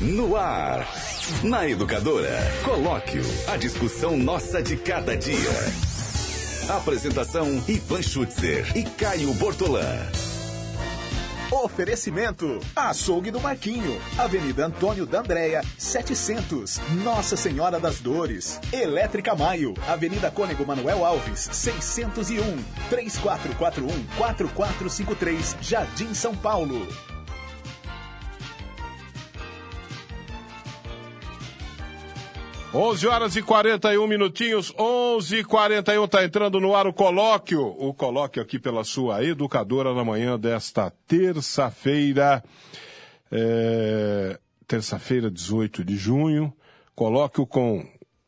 No ar. Na Educadora. Colóquio. A discussão nossa de cada dia. Apresentação: Ivan Schutzer e Caio Bortolã. Oferecimento: Açougue do Marquinho, Avenida Antônio D'Andrea, 700, Nossa Senhora das Dores. Elétrica Maio, Avenida Cônego Manuel Alves, 601, 3441 4453, Jardim São Paulo. Onze horas e 41 minutinhos, 11 e 41 tá entrando no ar o colóquio. O colóquio aqui pela sua educadora na manhã desta terça-feira, é, terça-feira, 18 de junho. Colóquio com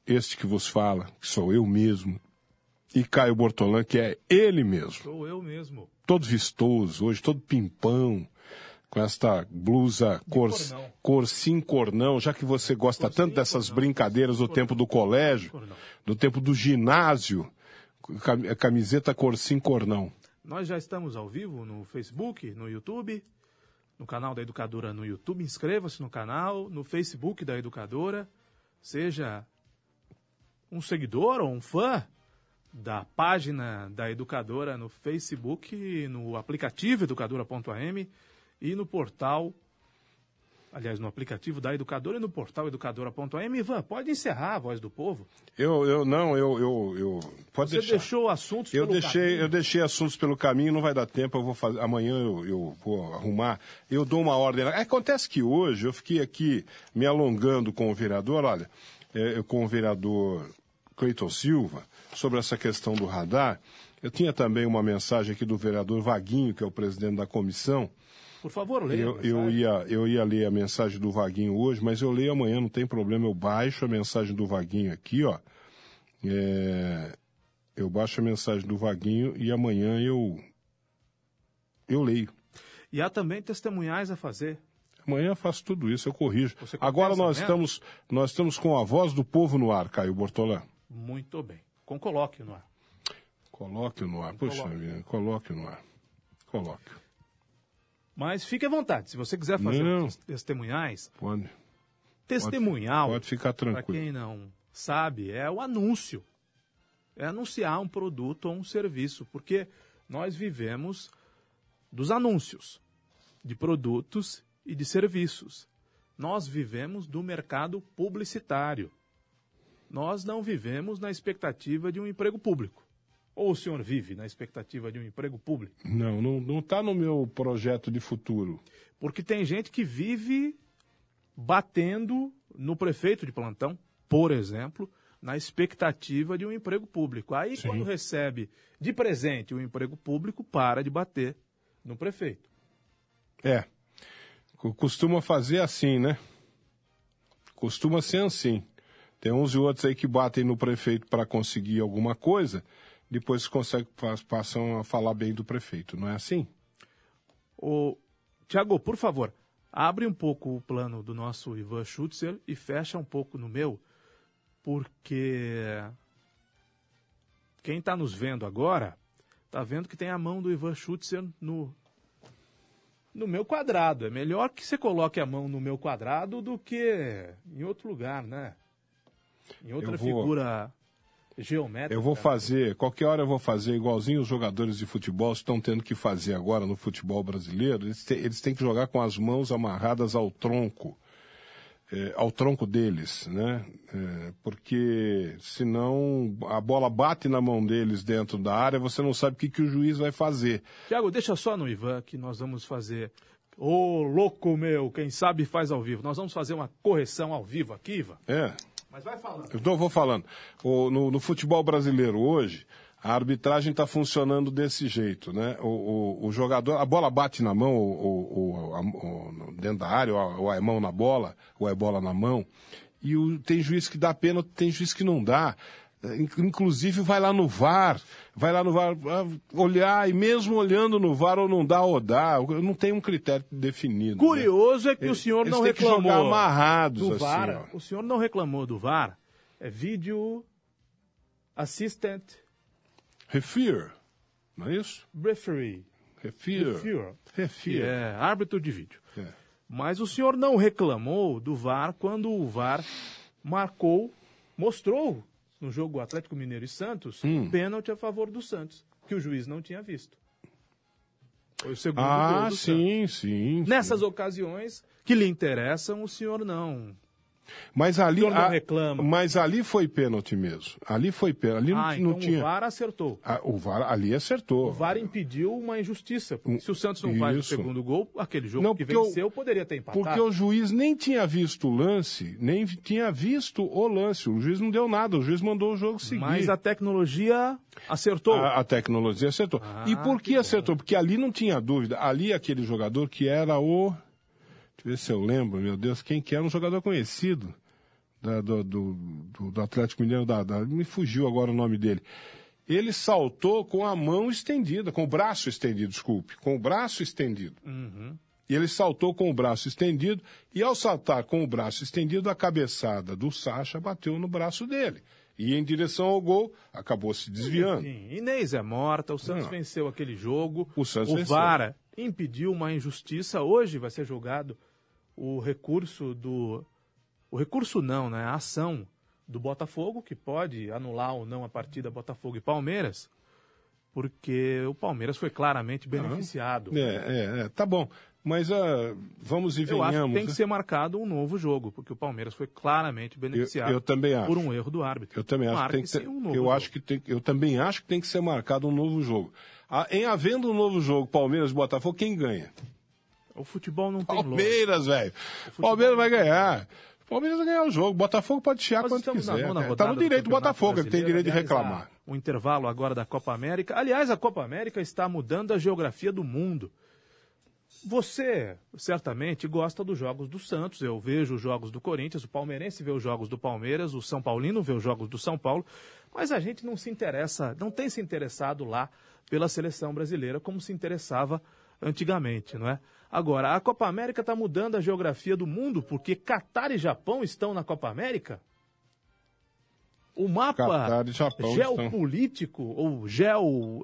este que vos fala, que sou eu mesmo, e Caio Bortolã, que é ele mesmo. Sou eu mesmo. Todo vistoso hoje, todo pimpão com esta blusa cor, cornão. cor sim cornão, já que você gosta tanto dessas brincadeiras do tempo do colégio, do tempo do ginásio, cam- camiseta cor sim cornão. Nós já estamos ao vivo no Facebook, no YouTube, no canal da Educadora no YouTube. Inscreva-se no canal, no Facebook da Educadora. Seja um seguidor ou um fã da página da Educadora no Facebook, no aplicativo educadora.am e no portal. Aliás, no aplicativo da Educadora e no portal educadora.am. Ivan, pode encerrar a voz do povo. Eu, eu não, eu, eu, eu pode Você deixar. deixou assuntos Eu pelo deixei, caminho. eu deixei assuntos pelo caminho, não vai dar tempo, eu vou fazer. Amanhã eu, eu vou arrumar. Eu dou uma ordem. lá. Acontece que hoje eu fiquei aqui me alongando com o vereador, olha, eh, com o vereador Cleiton Silva, sobre essa questão do radar. Eu tinha também uma mensagem aqui do vereador Vaguinho, que é o presidente da comissão. Por favor, leia. Eu, eu, ia, eu ia ler a mensagem do Vaguinho hoje, mas eu leio amanhã, não tem problema. Eu baixo a mensagem do Vaguinho aqui, ó. É, eu baixo a mensagem do Vaguinho e amanhã eu. Eu leio. E há também testemunhais a fazer. Amanhã eu faço tudo isso, eu corrijo. Você compensa, Agora nós né? estamos, nós estamos com a voz do povo no ar, Caio Bortolã. Muito bem. Com colóquio, não é? Coloque no ar, poxa vida, coloque no ar. Coloque. Mas fique à vontade. Se você quiser fazer Não. tes- testemunhais, Pode, testemunhal, pode ficar para tranquilo. quem não sabe, é o anúncio. É anunciar um produto ou um serviço, porque nós vivemos dos anúncios de produtos e de serviços. Nós vivemos do mercado publicitário. Nós não vivemos na expectativa de um emprego público. Ou o senhor vive na expectativa de um emprego público? Não, não, não tá no meu projeto de futuro. Porque tem gente que vive batendo no prefeito de plantão, por exemplo, na expectativa de um emprego público. Aí, Sim. quando recebe de presente um emprego público, para de bater no prefeito. É. Co- Costuma fazer assim, né? Costuma ser assim. Tem uns e outros aí que batem no prefeito para conseguir alguma coisa, depois consegue, pas- passam a falar bem do prefeito, não é assim? Ô, Tiago, por favor, abre um pouco o plano do nosso Ivan Schutzer e fecha um pouco no meu, porque quem está nos vendo agora está vendo que tem a mão do Ivan Schutzer no, no meu quadrado. É melhor que você coloque a mão no meu quadrado do que em outro lugar, né? Em outra Eu vou- figura geométrica. É Eu vou fazer, qualquer hora eu vou fazer igualzinho os jogadores de futebol estão tendo que fazer agora no futebol brasileiro. Eles, te- eles têm que jogar com as mãos amarradas ao tronco, eh, ao tronco deles, né? Eh, porque senão a bola bate na mão deles dentro da área, você não sabe o que, que o juiz vai fazer. Tiago, deixa só no Ivan que nós vamos fazer. Ô, louco meu, quem sabe faz ao vivo. Nós vamos fazer uma correção ao vivo aqui, Ivan. É, Mas vai falando. né? Eu tô- vou falando. O- no, no futebol brasileiro hoje, a arbitragem está funcionando desse jeito, né? O, o- o jogador, a bola bate na mão, ou, dentro da área, ou, ou é mão na bola, ou é bola na mão. E o- tem juiz que dá pena, tem juiz que não dá. Eh, in- Inclusive vai lá no VAR, vai lá no VAR ah, olhar, e mesmo olhando no VAR ou não dá ou dá, não tem um critério definido. né? Curioso é que o senhor Eles não têm que reclamou. jogar amarrados, do assim, VAR. ó. o senhor não reclamou do VAR. É vídeo assistant Refir, não é isso? referee. Refir. Refer. Refir. É. Que é árbitro de vídeo. É. Mas o senhor não reclamou do VAR quando o VAR marcou, mostrou no jogo Atlético Mineiro e Santos, Hum. pênalti a favor do Santos, que o juiz não tinha visto. Foi o segundo gol Ah, do Santos. sim, sim. sim. Nessas ocasiões que lhe interessam, o senhor não. Mas ali, senhor não a- reclama. mas ali foi pênalti mesmo. Ali foi pênalti. Ali não, ah, não então tinha. o VAR acertou. Ah, o VAR ali acertou. O VAR impediu uma injustiça. porque Se o Santos não faz o Hum, Isso. segundo gol, aquele jogo Não, que porque o- venceu poderia ter empatado. Porque o juiz nem tinha visto o lance, nem vi- tinha visto o lance. O juiz não deu nada, o juiz mandou o jogo seguir. Mas a tecnologia acertou. A, a tecnologia acertou. Ah, e por que, que bom. acertou? Porque ali não tinha dúvida. Ali aquele jogador que era o. Deixa eu ver se eu lembro, meu Deus, quem que era um jogador conhecido da- do, do, do- do Atlético Mineiro. da- da- me fugiu agora o nome dele. Ele saltou com a mão estendida, com o braço estendido, desculpe, com o braço estendido. Uhum. E ele saltou com o braço estendido, e ao saltar com o braço estendido, a cabeçada do Sacha bateu no braço dele. E em direção ao gol, acabou se desviando. Sim, Inês é morta, o Santos Não. venceu aquele jogo. O Santos venceu. VAR impediu uma injustiça. Hoje vai ser jogado o recurso do. O recurso não, né? A ação do Botafogo, que pode anular ou não a partida Botafogo e Palmeiras, porque o Palmeiras foi claramente beneficiado. É, é, é, tá bom. Mas ah, vamos e né? Eu acho que venhamos. tem que né? ser marcado um novo jogo, porque o Palmeiras foi claramente beneficiado eu também acho. por um erro do árbitro. Eu também acho que tem que Marque-se ter, um novo eu jogo. acho que tem, eu também acho que tem que ser marcado um novo jogo. Ah, em havendo um novo jogo, Palmeiras e Botafogo, quem ganha? O futebol não tem louco. Palmeiras, velho. Palmeiras vai ganhar. Palmeiras vai ganhar o jogo. Botafogo pode chiar Nós quanto estamos na quiser. nona né? rodada Tá no do direito do Campeonato Botafogo, ele tem Brasileiro. direito de Aliás, reclamar. há Um intervalo agora da Copa América. Aliás, a Copa América está mudando a geografia do mundo. Você certamente gosta dos jogos do Santos. Eu vejo os jogos do Corinthians, o palmeirense vê os jogos do Palmeiras, o São Paulino vê os jogos do São Paulo, mas a gente não se interessa, não tem se interessado lá pela seleção brasileira como se interessava antigamente, não é? Agora, a Copa América está mudando a geografia do mundo porque Catar e Japão estão na Copa América? O mapa Catar e Japão estão. geopolítico ou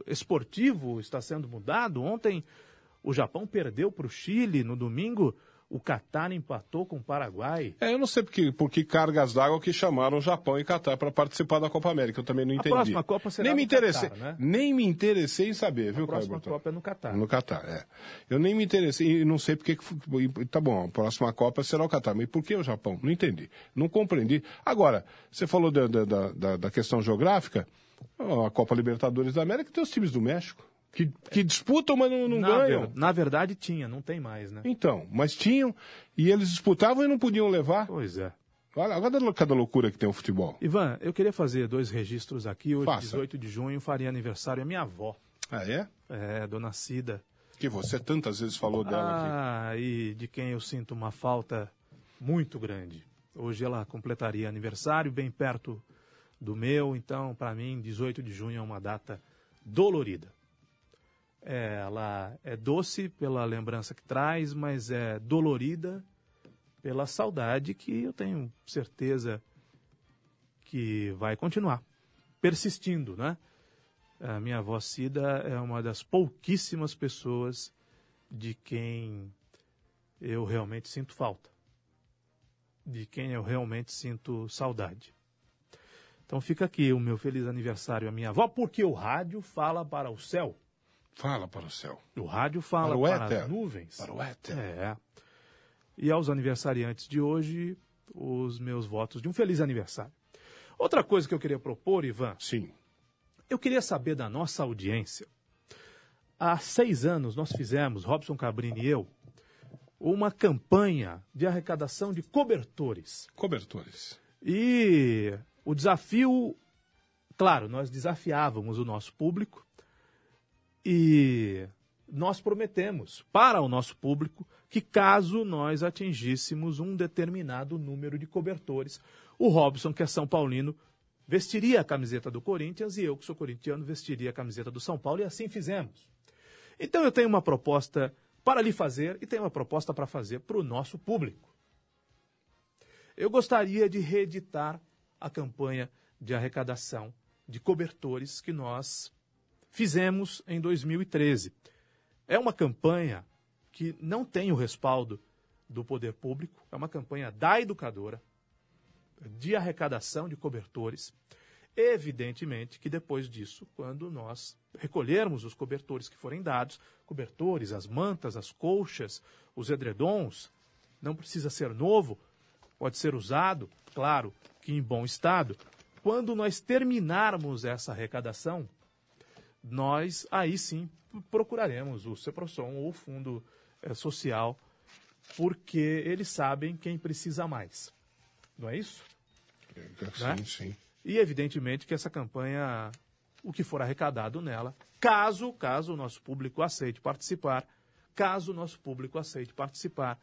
geoesportivo está sendo mudado. Ontem o Japão perdeu para o Chile no domingo. O Catar empatou com o Paraguai. É, eu não sei por que- por que cargas d'água que chamaram o Japão e Catar para participar da Copa América. Eu também não entendi. próxima Copa será nem me no Catar, interessei, né? Nem me interessei em saber, viu, A Caio próxima Bertolini? Copa é no Catar. No Catar, é. Eu nem me interessei, e não sei porque. que fu- e- Tá bom, a próxima Copa será o Catar, mas por que o Japão? Não entendi, não compreendi. Agora, você falou da, da- da, da- da questão geográfica, ó, a Copa Libertadores da América tem os times do México, que, que disputam, mas não, não na, ganham. ver- na verdade tinha, não tem mais, né? Então, mas tinham, e eles disputavam e não podiam levar. Pois é. Olha, olha cada loucura que tem o futebol. Ivan, eu queria fazer dois registros aqui. Hoje, Faça. 18 de junho, faria aniversário a minha avó, Ah, é? é, dona Cida. Que você tantas vezes falou dela aqui. Ah, e de quem eu sinto uma falta muito grande. Hoje ela completaria aniversário bem perto do meu, então para mim 18 de junho é uma data dolorida. É, ela é doce pela lembrança que traz, mas é dolorida pela saudade que eu tenho certeza que vai continuar persistindo, né? A minha avó Cida é uma das pouquíssimas pessoas de quem eu realmente sinto falta, de quem eu realmente sinto saudade. Então fica aqui o meu feliz aniversário à minha avó, porque o rádio fala para o céu, Fala para o céu. o rádio fala Para o para, éter. as nuvens. Para o éter. É. E aos aniversariantes de hoje, os meus votos de um feliz aniversário. Outra coisa que eu queria propor, Ivan, Sim. eu queria saber da nossa audiência. Há seis anos nós fizemos, Robson Cabrini e eu, uma campanha de arrecadação de cobertores. Cobertores. E o desafio, claro, nós desafiávamos o nosso público e nós prometemos para o nosso público que caso nós atingíssemos um determinado número de cobertores, o Robson, que é São Paulino, vestiria a camiseta do Corinthians e eu, que sou corintiano, vestiria a camiseta do São Paulo e assim fizemos. Então eu tenho uma proposta para lhe fazer e tenho uma proposta para fazer para o nosso público. Eu gostaria de reeditar a campanha de arrecadação de cobertores que nós fizemos em 2013. É uma campanha que não tem o respaldo do poder público, é uma campanha da educadora, de arrecadação de cobertores. Evidentemente que depois disso, quando nós recolhermos os cobertores que forem dados, cobertores, as mantas, as colchas, os edredons, não precisa ser novo, pode ser usado, claro, que em bom estado. Quando nós terminarmos essa arrecadação, nós aí sim procuraremos o CEPROSOM ou o Fundo eh, Social, porque eles sabem quem precisa mais. Não é isso? Sim, Né? sim. E evidentemente que essa campanha, o que for arrecadado nela, caso, caso o nosso público aceite participar, caso o nosso público aceite participar,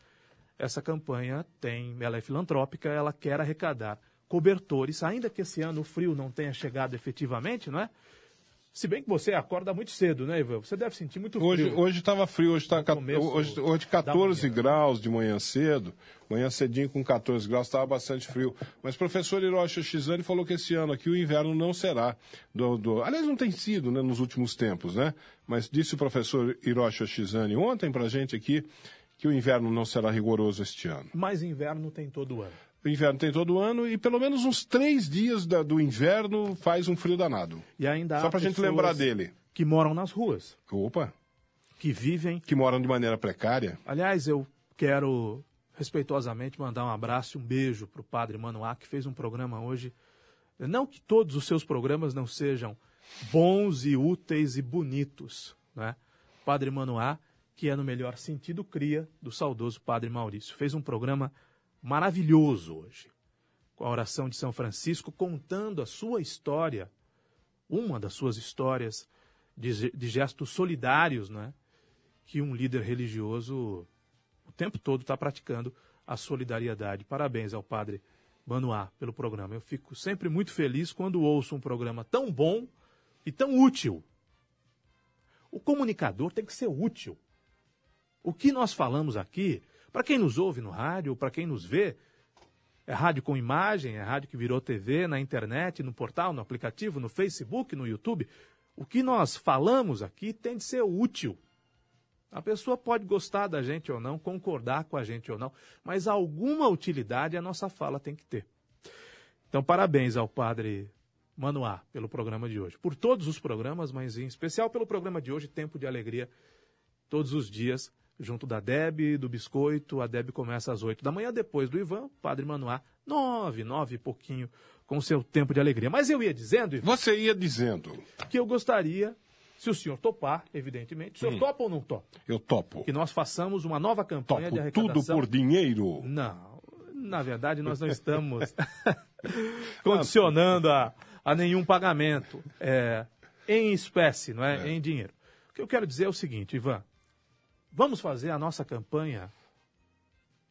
essa campanha tem, ela é filantrópica, ela quer arrecadar cobertores, ainda que esse ano o frio não tenha chegado efetivamente, não é? Se bem que você acorda muito cedo, né, Ivan? Você deve sentir muito frio. Hoje hoje tava frio, hoje tá No ca- começo hoje, da hoje 14 manhã. graus de manhã cedo. Manhã cedinho com 14 graus estava bastante frio. Mas o professor Hiroshi Shizane falou que esse ano aqui o inverno não será do, do- aliás não tem sido, né, nos últimos tempos, né? Mas disse o professor Hiroshi Shizane ontem pra gente aqui que o inverno não será rigoroso este ano. Mas inverno tem todo ano. O inverno tem todo ano e pelo menos uns três dias da- do inverno faz um frio danado. E ainda há Só pra gente pessoas lembrar dele. que moram nas ruas, Opa, que vivem que moram de maneira precária. Aliás, eu quero respeitosamente mandar um abraço e um beijo para o padre Manoá, que fez um programa hoje. Não que todos os seus programas não sejam bons e úteis e bonitos, né? Padre Manoá, que é no melhor sentido cria do saudoso Padre Maurício, fez um programa maravilhoso hoje, com a oração de São Francisco, contando a sua história uma das suas histórias de, ge- de gestos solidários, né? Que um líder religioso o tempo todo está praticando a solidariedade. Parabéns ao padre Manoá pelo programa. Eu fico sempre muito feliz quando ouço um programa tão bom e tão útil. O comunicador tem que ser útil. O que nós falamos aqui, para quem nos ouve no rádio, para quem nos vê, é rádio com imagem, é rádio que virou TV, na internet, no portal, no aplicativo, no Facebook, no YouTube. O que nós falamos aqui tem de ser útil. A pessoa pode gostar da gente ou não, concordar com a gente ou não, mas alguma utilidade a nossa fala tem que ter. Então, parabéns ao padre Manoá pelo programa de hoje. Por todos os programas, mas em especial pelo programa de hoje, Tempo de Alegria, todos os dias, junto da Deb, do Biscoito. A Deb começa às 8 da manhã, depois do Ivan, Padre Manoá, 9, 9 e pouquinho, com seu tempo de alegria. Mas eu ia dizendo, Ivan, Você ia dizendo, que eu gostaria, se o senhor topar, evidentemente, o senhor topa ou não topa? eu topo. Que nós façamos uma nova campanha de Topo arrecadação. tudo por dinheiro. Não, na verdade nós não estamos condicionando a, a nenhum pagamento é, em espécie, não é? Em dinheiro. O que eu quero dizer é o seguinte, Ivan. Vamos fazer a nossa campanha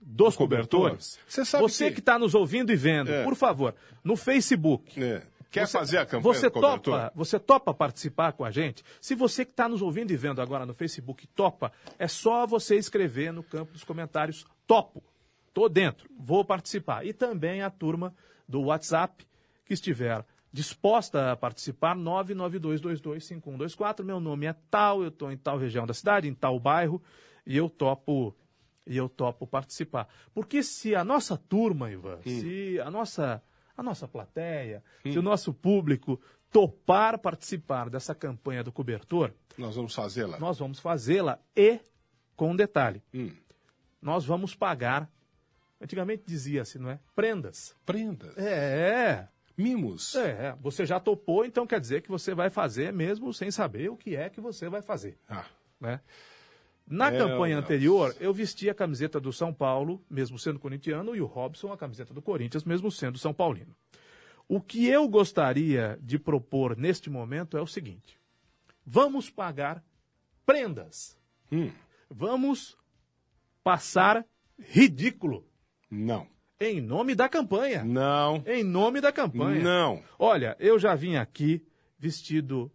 dos cobertor? cobertores. Você sabe que- está nos ouvindo e vendo, É. por favor, no Facebook, É. Quer fazer a campanha você do cobertor? topa, você topa participar com a gente? Se você que está nos ouvindo e vendo agora no Facebook topa, é só você escrever no campo dos comentários topo. Tô dentro, vou participar. E também a turma do WhatsApp que estiver disposta a participar, 992225124. Meu nome é tal, eu estou em tal região da cidade, em tal bairro, e eu topo e eu topo participar. Porque se a nossa turma, Ivan, se a nossa, a nossa plateia, se o nosso público topar participar dessa campanha do cobertor, Nós vamos fazê-la. nós vamos fazê-la e, com um detalhe, Tá. Hum. nós vamos pagar, antigamente dizia-se, não é? Prendas. Prendas, É, mimos. é. Você já topou, então quer dizer que você vai fazer mesmo sem saber o que é que você vai fazer Ah, né? Na É, campanha não. anterior, eu vesti a camiseta do São Paulo, mesmo sendo corintiano, e o Robson a camiseta do Corinthians, mesmo sendo São Paulino. O que eu gostaria de propor neste momento é o seguinte: vamos pagar prendas. Hum. Vamos passar ridículo não, em nome da campanha. não, Em nome da campanha. não, Olha, eu já vim aqui vestido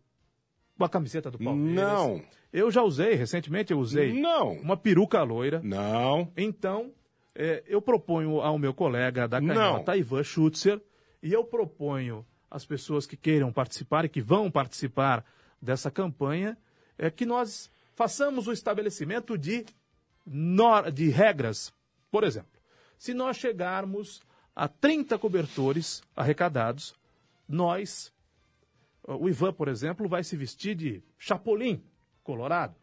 com a camiseta do Palmeiras. não, Eu já usei, recentemente eu usei não, uma peruca loira. não, Então, eh, eu proponho ao meu colega da canhota, Ivan Schutzer, e eu proponho às pessoas que queiram participar e que vão participar dessa campanha, é que nós façamos o estabelecimento de, nor- de regras Por exemplo, se nós chegarmos a 30 cobertores arrecadados, nós, o Ivan, por exemplo, vai se vestir de Chapolin colorado.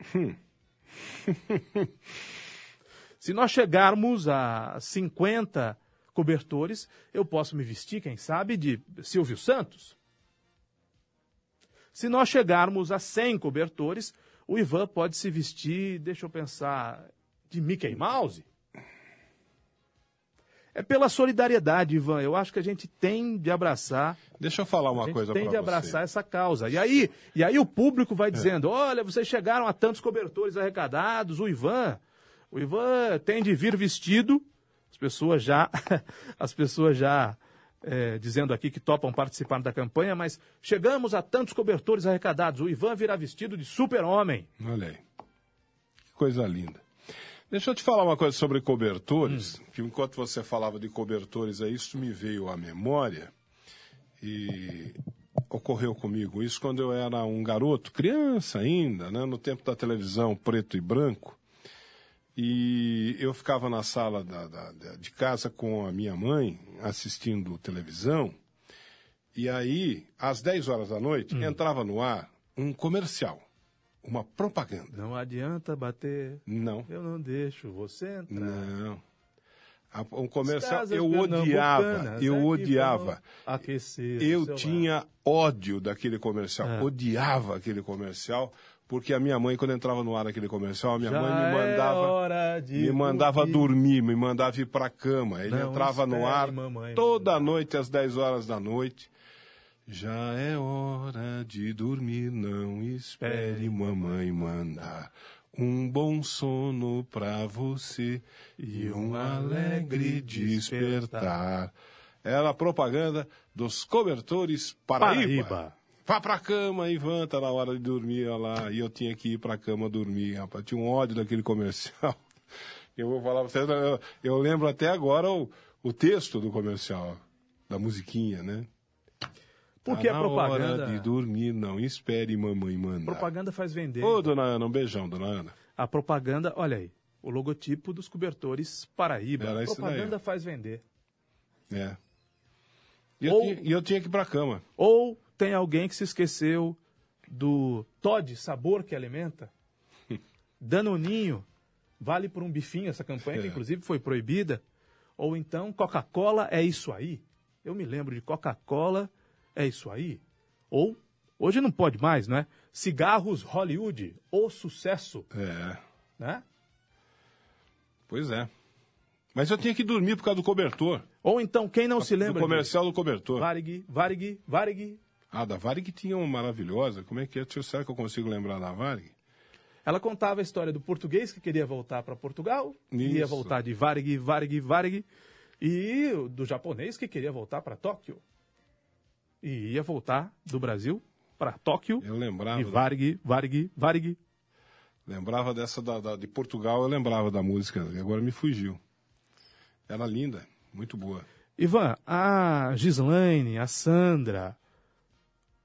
se nós chegarmos a 50 cobertores, eu posso me vestir, quem sabe, de Silvio Santos. Se nós chegarmos a 100 cobertores, o Ivan pode se vestir, deixa eu pensar, de Mickey Mouse. É pela solidariedade, Ivan. Eu acho que a gente tem de abraçar. Deixa eu falar uma a gente coisa para tem você. É. de abraçar essa causa. E aí, e aí o público vai dizendo: olha, vocês chegaram a tantos cobertores arrecadados, o Ivan. O Ivan tem de vir vestido. As pessoas já. As pessoas já. eh, dizendo aqui que topam participar da campanha, mas chegamos a tantos cobertores arrecadados. O Ivan virá vestido de super-homem. Olha aí. Que coisa linda. Deixa eu te falar uma coisa sobre cobertores, que enquanto você falava de cobertores aí, isso me veio à memória e ocorreu comigo isso quando eu era um garoto, criança ainda, né, no tempo da televisão preto e branco. E eu ficava na sala da- da- da- de casa com a minha mãe assistindo televisão. E aí, às 10 horas da noite, entrava no ar um comercial, uma propaganda. Não adianta bater, Não, eu não deixo você entrar. não. A- Um comercial Casas eu odiava, pernambucanas, é eu que odiava. vão Aquecer. o Eu seu tinha ódio daquele comercial, É. odiava aquele comercial, porque a minha mãe, quando entrava no ar aquele comercial, a minha ar. mãe Já me é mandava, hora de me mandava dormir. dormir, me mandava ir para cama. Ele Não entrava no espere, ar mamãe, toda noite às 10 horas da noite. Já é hora de dormir, não espere mamãe mandar. Um bom sono pra você e um alegre despertar. Era Tá. É a propaganda dos cobertores Paraíba. Paraíba. Vá pra cama, Ivan, tá na hora de dormir, olha lá. E eu tinha que ir pra cama dormir, rapaz. Tinha um ódio daquele comercial. Eu vou falar pra vocês, eu, eu lembro até agora o, o texto do comercial, da musiquinha, né? Porque Tá a na propaganda, hora de dormir, não espere mamãe mandar. propaganda faz vender. Ô, dona Ana, um beijão, dona Ana. A propaganda, olha aí, o logotipo dos cobertores Paraíba. Era A isso daí, propaganda ó. faz vender. É. E eu, Ou- tinha, e eu tinha que ir pra cama. Ou tem alguém que se esqueceu do Todd, sabor que alimenta? Danoninho, vale por um bifinho essa campanha, que É. inclusive foi proibida. Ou então, Coca-Cola é isso aí. Eu me lembro de Coca-Cola é isso aí. Ou, hoje não pode mais, não é? Cigarros Hollywood, o sucesso, É, né? pois é. Mas eu tinha que dormir por causa do cobertor. Ou então, quem não se do lembra disso? comercial do cobertor. Varig, Varig, Varig. Ah, da Varig tinha uma maravilhosa. Como é que é? Tio, será que eu consigo lembrar da Varig? Ela contava a história do português que queria voltar para Portugal, Isso. ia voltar de Varig, Varig, Varig, e do japonês que queria voltar para Tóquio. E ia voltar do Brasil para Tóquio Eu lembrava. e Varig, Varig, Varig. Lembrava dessa da, da- de Portugal, eu lembrava da música. e Agora me fugiu. Era linda, muito boa. Ivan, a Gislaine, a Sandra,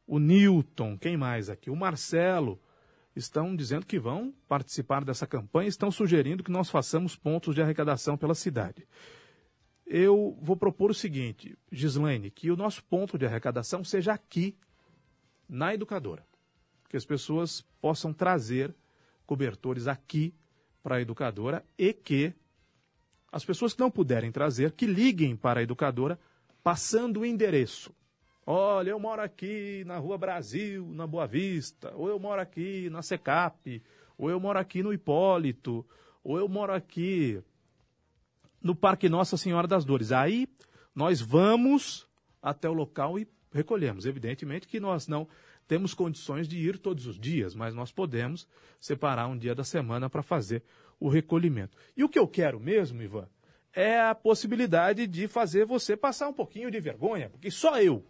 o Newton, quem mais aqui? O Marcelo estão dizendo que vão participar dessa campanha, e estão sugerindo que nós façamos pontos de arrecadação pela cidade. Eu vou propor o seguinte, Gislaine, que o nosso ponto de arrecadação seja aqui, na educadora. Que as pessoas possam trazer cobertores aqui para a educadora e que as pessoas que não puderem trazer, que liguem para a educadora passando o endereço. Olha, eu moro aqui na Rua Brasil, na Boa Vista, ou eu moro aqui na Secap, ou eu moro aqui no Hipólito, ou eu moro aqui no Parque Nossa Senhora das Dores. Aí nós vamos até o local e recolhemos. Evidentemente que nós não temos condições de ir todos os dias, mas nós podemos separar um dia da semana para fazer o recolhimento. E o que eu quero mesmo, Ivan, é a possibilidade de fazer você passar um pouquinho de vergonha, porque só eu.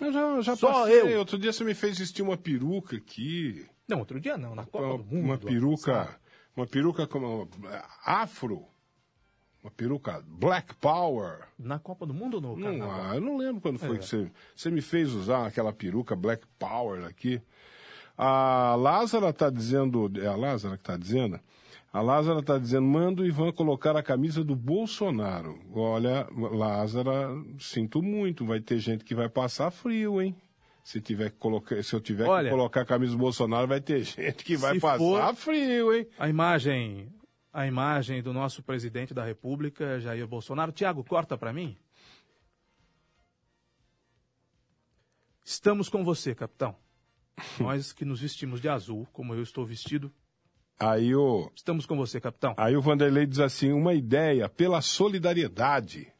Eu já, já Só passei. eu. Outro dia você me fez vestir uma peruca aqui. Não, outro dia não, na Copa Uma, do Mundo. uma do ano peruca. passado. Uma peruca como afro. Uma peruca Black Power. Na Copa do Mundo ou no Não, Carnaval? ah, eu não lembro quando foi É. que você, você me fez usar aquela peruca Black tá Power aqui. A Lázara está dizendo, é a Lázara que está dizendo, A Lázara está dizendo, manda o Ivan colocar a camisa do Bolsonaro. Olha, Lázara, sinto muito, vai ter gente que vai passar frio, hein? Se, tiver que colocar, se eu tiver que Olha, colocar a camisa do Bolsonaro, vai ter gente que vai se passar for- frio, hein? A imagem, a imagem do nosso presidente da República, Jair Bolsonaro. Tiago, corta para mim. Estamos com você, capitão. Nós que nos vestimos de azul, como eu estou vestido, Aí o, estamos com você, capitão. Aí o Vanderlei diz assim: uma ideia pela solidariedade.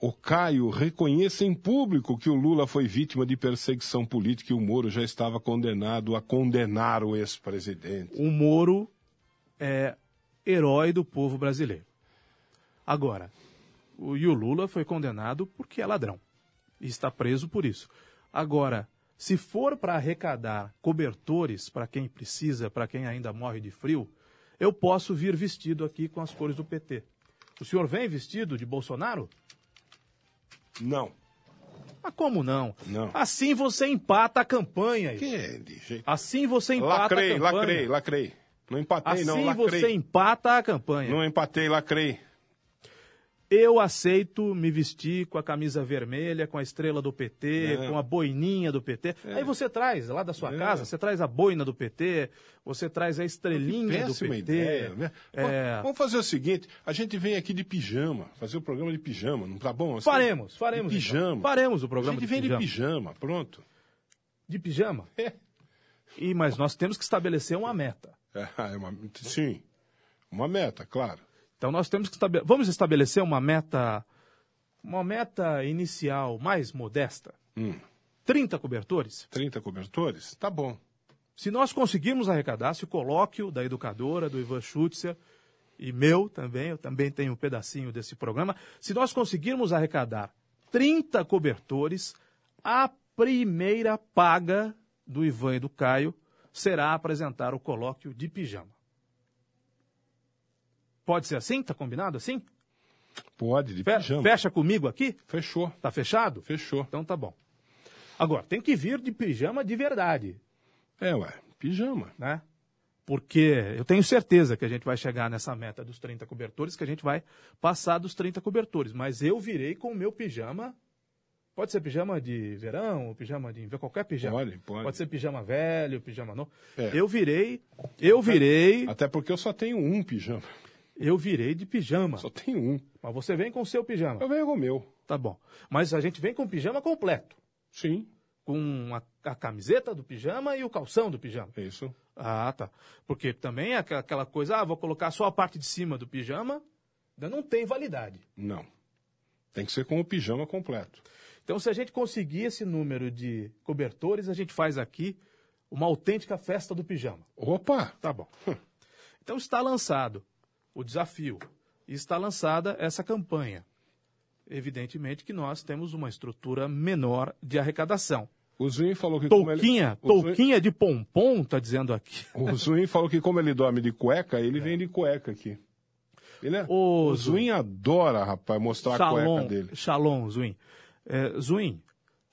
O Caio reconheça em público que o Lula foi vítima de perseguição política e o Moro já estava condenado a condenar o ex-presidente. O Moro é herói do povo brasileiro. Agora, o, e o Lula foi condenado porque é ladrão. E está preso por isso. Agora, se for para arrecadar cobertores para quem precisa, para quem ainda morre de frio, eu posso vir vestido aqui com as cores do PT. O senhor vem vestido de Bolsonaro? Não. Mas como não? Não. Assim você empata a campanha. Ivan. Que é de jeito. Assim você empata a Lacrei, campanha. lacrei, lacrei. Não empatei, Assim não, lacrei. você empata a campanha. Não empatei, lacrei. Eu aceito me vestir com a camisa vermelha, com a estrela do PT, Não. com a boininha do PT. É. Aí você traz lá da sua casa, você traz a boina do PT, você traz a estrelinha do Péssima PT. ideia. né? É, Vamos fazer o seguinte: a gente vem aqui de pijama, fazer o programa de pijama, não tá bom? assim? Faremos, faremos. De então. pijama. Faremos o A gente programa de vem de pijama. pijama, pronto. De pijama? É. E, mas nós temos que estabelecer uma meta. É, é uma, sim, uma meta, claro. Então nós temos que estabele- vamos estabelecer uma meta uma meta inicial mais modesta. Hum. 30 cobertores. 30 cobertores? Tá bom. Se nós conseguirmos arrecadar, se o colóquio da educadora, do Ivan Schutzer e meu também, eu também tenho um pedacinho desse programa, se nós conseguirmos arrecadar 30 cobertores, a primeira paga do Ivan e do Caio será apresentar o colóquio de pijama. Pode ser assim? Tá combinado assim? Pode, de Fe- pijama. Fecha comigo aqui? Fechou, Tá fechado? fechou. Então tá bom. Agora, tem que vir de pijama de verdade É, ué, pijama. né? Porque eu tenho certeza que a gente vai chegar nessa meta dos 30 cobertores, que a gente vai passar dos 30 cobertores. Mas eu virei com o meu pijama. Pode ser pijama de verão, ou pijama de inverno, qualquer pijama. Pode, pode. ser pijama velho, pijama novo. É. Eu virei, eu virei, Até porque eu só tenho um pijama. eu virei de pijama. Só tenho um. Mas você vem com o seu pijama. Eu venho com o meu. Tá bom. Mas a gente vem com o pijama completo. Sim, Com a- a camiseta do pijama e o calção do pijama. é isso. Ah, tá. Porque também é aqua- aquela coisa, ah, vou colocar só a parte de cima do pijama, ainda não tem validade. Não. Tem que ser com o pijama completo. Então, se a gente conseguir esse número de cobertores, a gente faz aqui uma autêntica festa do pijama. Opa! Hum. Tá bom. Então, está lançado o desafio e está lançada essa campanha. Evidentemente que nós temos uma estrutura menor de arrecadação. O Zuin falou que. como ele- Touquinha, o Zuin- touquinha de pompom, tá dizendo aqui. O Zuin falou que como ele dorme de cueca, ele vem de cueca aqui. Ele é... Ô, O Zuin adora, rapaz, mostrar a cueca dele. Shalom, Zuin. É, Zuin,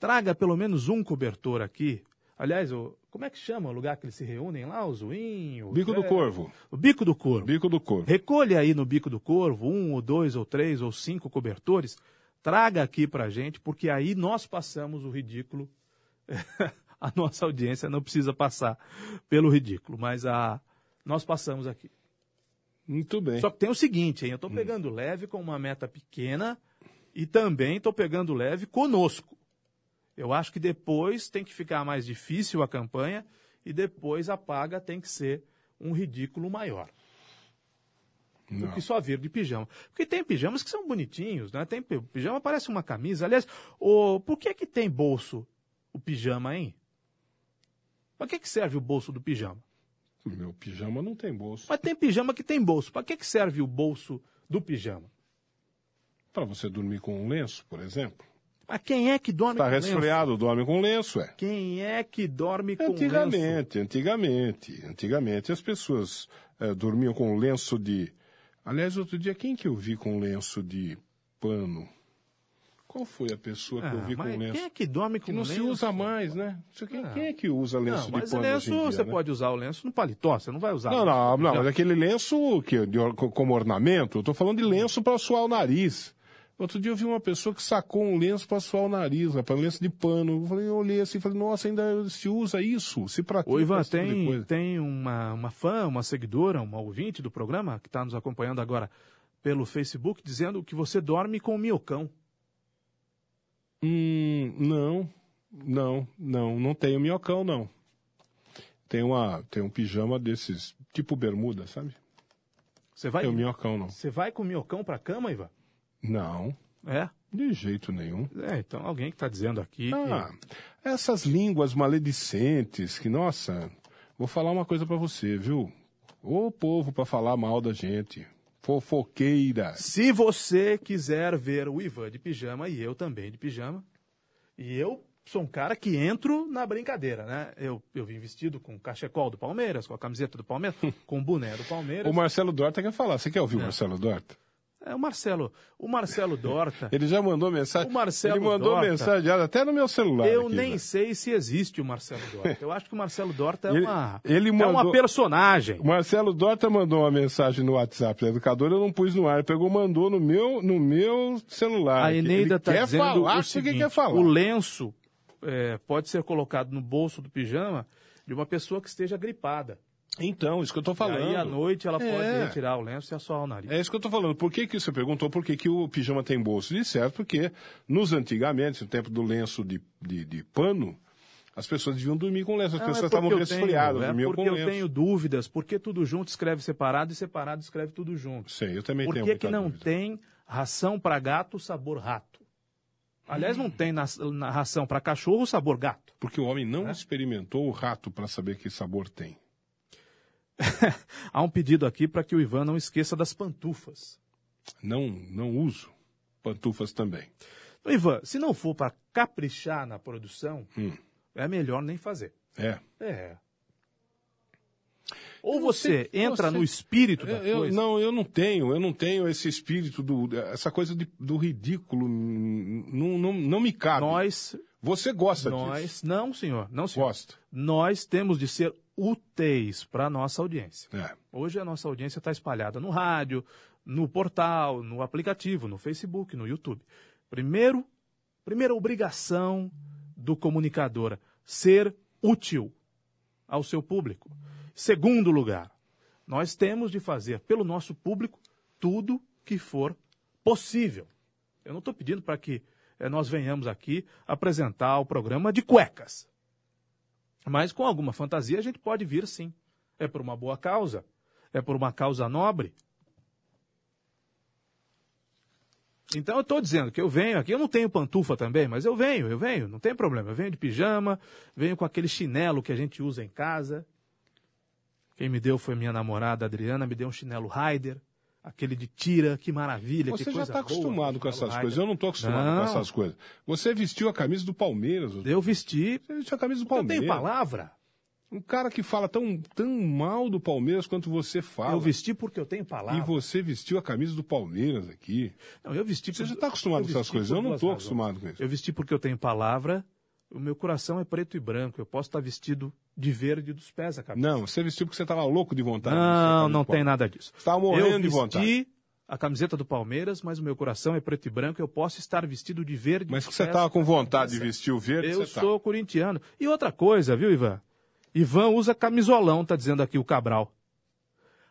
traga pelo menos um cobertor aqui. Aliás, o- como é que chama o lugar que eles se reúnem lá? O Zuin? O Bico do Zé? Corvo. O Bico do Corvo. Bico do Corvo. Recolha aí no Bico do Corvo um, ou dois, ou três, ou cinco cobertores. Traga aqui pra gente, porque aí nós passamos o ridículo. a nossa audiência não precisa passar pelo ridículo, mas a... nós passamos aqui. Muito bem. Só que tem o seguinte, hein? Eu tô pegando leve com uma meta pequena e também tô pegando leve conosco. Eu acho que depois tem que ficar mais difícil a campanha e depois a paga tem que ser um ridículo maior do Não. que só vir de pijama. Porque tem pijamas que são bonitinhos, né? Tem pi- pijama parece uma camisa. Aliás, o por que que tem bolso o pijama, hein? Para que que serve o bolso do pijama? Meu pijama não tem bolso. Mas tem pijama que tem bolso. Para que que serve o bolso do pijama? Para você dormir com um lenço, por exemplo. Mas quem é que dorme Tá com lenço? resfriado, dorme com lenço, é. Quem é que dorme com lenço? Antigamente, antigamente, antigamente as pessoas eh, dormiam com lenço um de. Aliás, outro dia quem que eu vi com lenço de pano? qual foi a pessoa que eu vi com um mas lenço? quem é que dorme com Que não lenço? se usa mais, né? Não sei quem, Ah. quem é que usa lenço Não, mas de pano lenço, hoje em dia, você né? pode usar o lenço no paletó, você não vai usar. Não, não, não, mas Tá. Não. aquele lenço que, de or- co- como ornamento, eu tô falando de lenço para suar o nariz. Outro dia eu vi uma pessoa que sacou um lenço para suar o nariz, rapaz, um lenço de pano. Eu, falei, eu olhei assim e falei, nossa, ainda se usa isso? Se pratica O Ivan, esse tipo de tem, coisa. tem uma, uma fã, uma seguidora, uma ouvinte do programa que está nos acompanhando agora pelo Facebook dizendo que você dorme com o miocão. Hum, não, não, não, não tenho minhocão, não. Tem, uma, tem um pijama desses, tipo bermuda, sabe? Você vai, Tem um minhocão, não. você vai com o miocão para cama, Ivan? Não, É. de jeito nenhum. É, então alguém que está dizendo aqui. que- Ah, essas línguas maledicentes que, nossa, vou falar uma coisa pra você, viu? Ô povo pra falar mal da gente. Fofoqueira. Se você quiser ver o Ivan de pijama e eu também de pijama, e eu sou um cara que entro na brincadeira, né? Eu, eu vim vestido com cachecol do Palmeiras, com a camiseta do Palmeiras, com o boné do Palmeiras. O Marcelo Dorta quer falar. Você quer ouvir o Marcelo Dorta? É o Marcelo, o Marcelo Dorta. Ele já mandou mensagem. O Marcelo Ele mandou Dorta. mensagem olha, até no meu celular. Eu aqui, nem né? sei se existe o Marcelo Dorta. Eu acho que o Marcelo Dorta é Ele- uma, ele é uma mandou- personagem. O Marcelo Dorta mandou uma mensagem no WhatsApp da educadora, eu não pus no ar. Pegou, mandou no meu, no meu celular. A aqui. Eneida Ele está quer dizendo falar o se seguinte, quem quer falar. o lenço é, pode ser colocado no bolso do pijama de uma pessoa que esteja gripada. Então, isso que eu tô E falando. aí, à noite, ela É. pode retirar o lenço e assoar o nariz. É isso que eu estou falando. Por que, que você perguntou por que, que o pijama tem bolso? De certo, porque nos antigamente, no tempo do lenço de, de, de pano, as pessoas deviam dormir com lenço. As Não, é pessoas porque estavam eu resfriadas, tenho, é dormiam com porque eu lenço. tenho dúvidas. Por que tudo junto escreve separado e separado escreve tudo junto? Sei, eu também Por tenho que, muita que não dúvida. tem ração para gato sabor rato? Aliás, não tem na, na ração para cachorro sabor gato. Porque o homem Né? não experimentou o rato para saber que sabor tem. Há um pedido aqui para que o Ivan não esqueça das pantufas. Não, não uso. Pantufas também. Então, Ivan, se não for para caprichar na produção, Hum. é melhor nem fazer. É. É. Ou Eu não sei- você eu não entra sei- no espírito da Eu, eu- coisa. não, eu não tenho, eu não tenho esse espírito do, essa coisa de- do ridículo, hum, não, não, não me cabe. Nós, Você gosta disso? nós, não, senhor, não, senhor. Gosta. Nós temos de ser úteis para a nossa audiência. É. Hoje a nossa audiência está espalhada no rádio, no portal, no aplicativo, no Facebook, no YouTube. Primeiro, primeira obrigação do comunicador, ser útil ao seu público. Segundo lugar, nós temos de fazer pelo nosso público tudo que for possível. Eu não estou pedindo para que eh, nós venhamos aqui apresentar o programa de cuecas. Mas com alguma fantasia a gente pode vir sim. É por uma boa causa, é por uma causa nobre. Então eu estou dizendo que eu venho aqui, eu não tenho pantufa também, mas eu venho, eu venho, não tem problema. Eu venho de pijama, venho com aquele chinelo que a gente usa em casa. Quem me deu foi minha namorada Adriana, me deu um chinelo Raider, aquele de tira, que maravilha, que Você já coisa está boa, acostumado com chinelo essas Raider. coisas. Eu não estou acostumado Não. com essas coisas. Você vestiu a camisa do Palmeiras. Osmar. Eu vesti, Você vestiu a camisa do eu Palmeiras. tenho palavra. Um cara que fala tão, tão mal do Palmeiras quanto você fala. Eu vesti porque eu tenho E palavra. você vestiu a camisa do Palmeiras aqui. Não, eu vesti Você por- já está acostumado eu com essas vesti coisas. por Eu não duas estou razões. acostumado com isso. Eu vesti porque eu tenho palavra, o meu coração é preto e branco. Eu posso estar vestido de verde dos pés à cabeça. Não, você vestiu porque você estava louco de vontade. de vestir a não, camisa não do tem Palmeiras. nada disso. Você estava morrendo eu de vontade. vesti a camiseta do Palmeiras, mas o meu coração é preto e branco. Eu posso estar vestido de verde Mas que dos você pés estava com vontade de cabeça. vestir o verde, Eu você tá. sou corintiano. E outra coisa, viu, Ivan? Ivan usa camisolão, tá dizendo aqui o Cabral.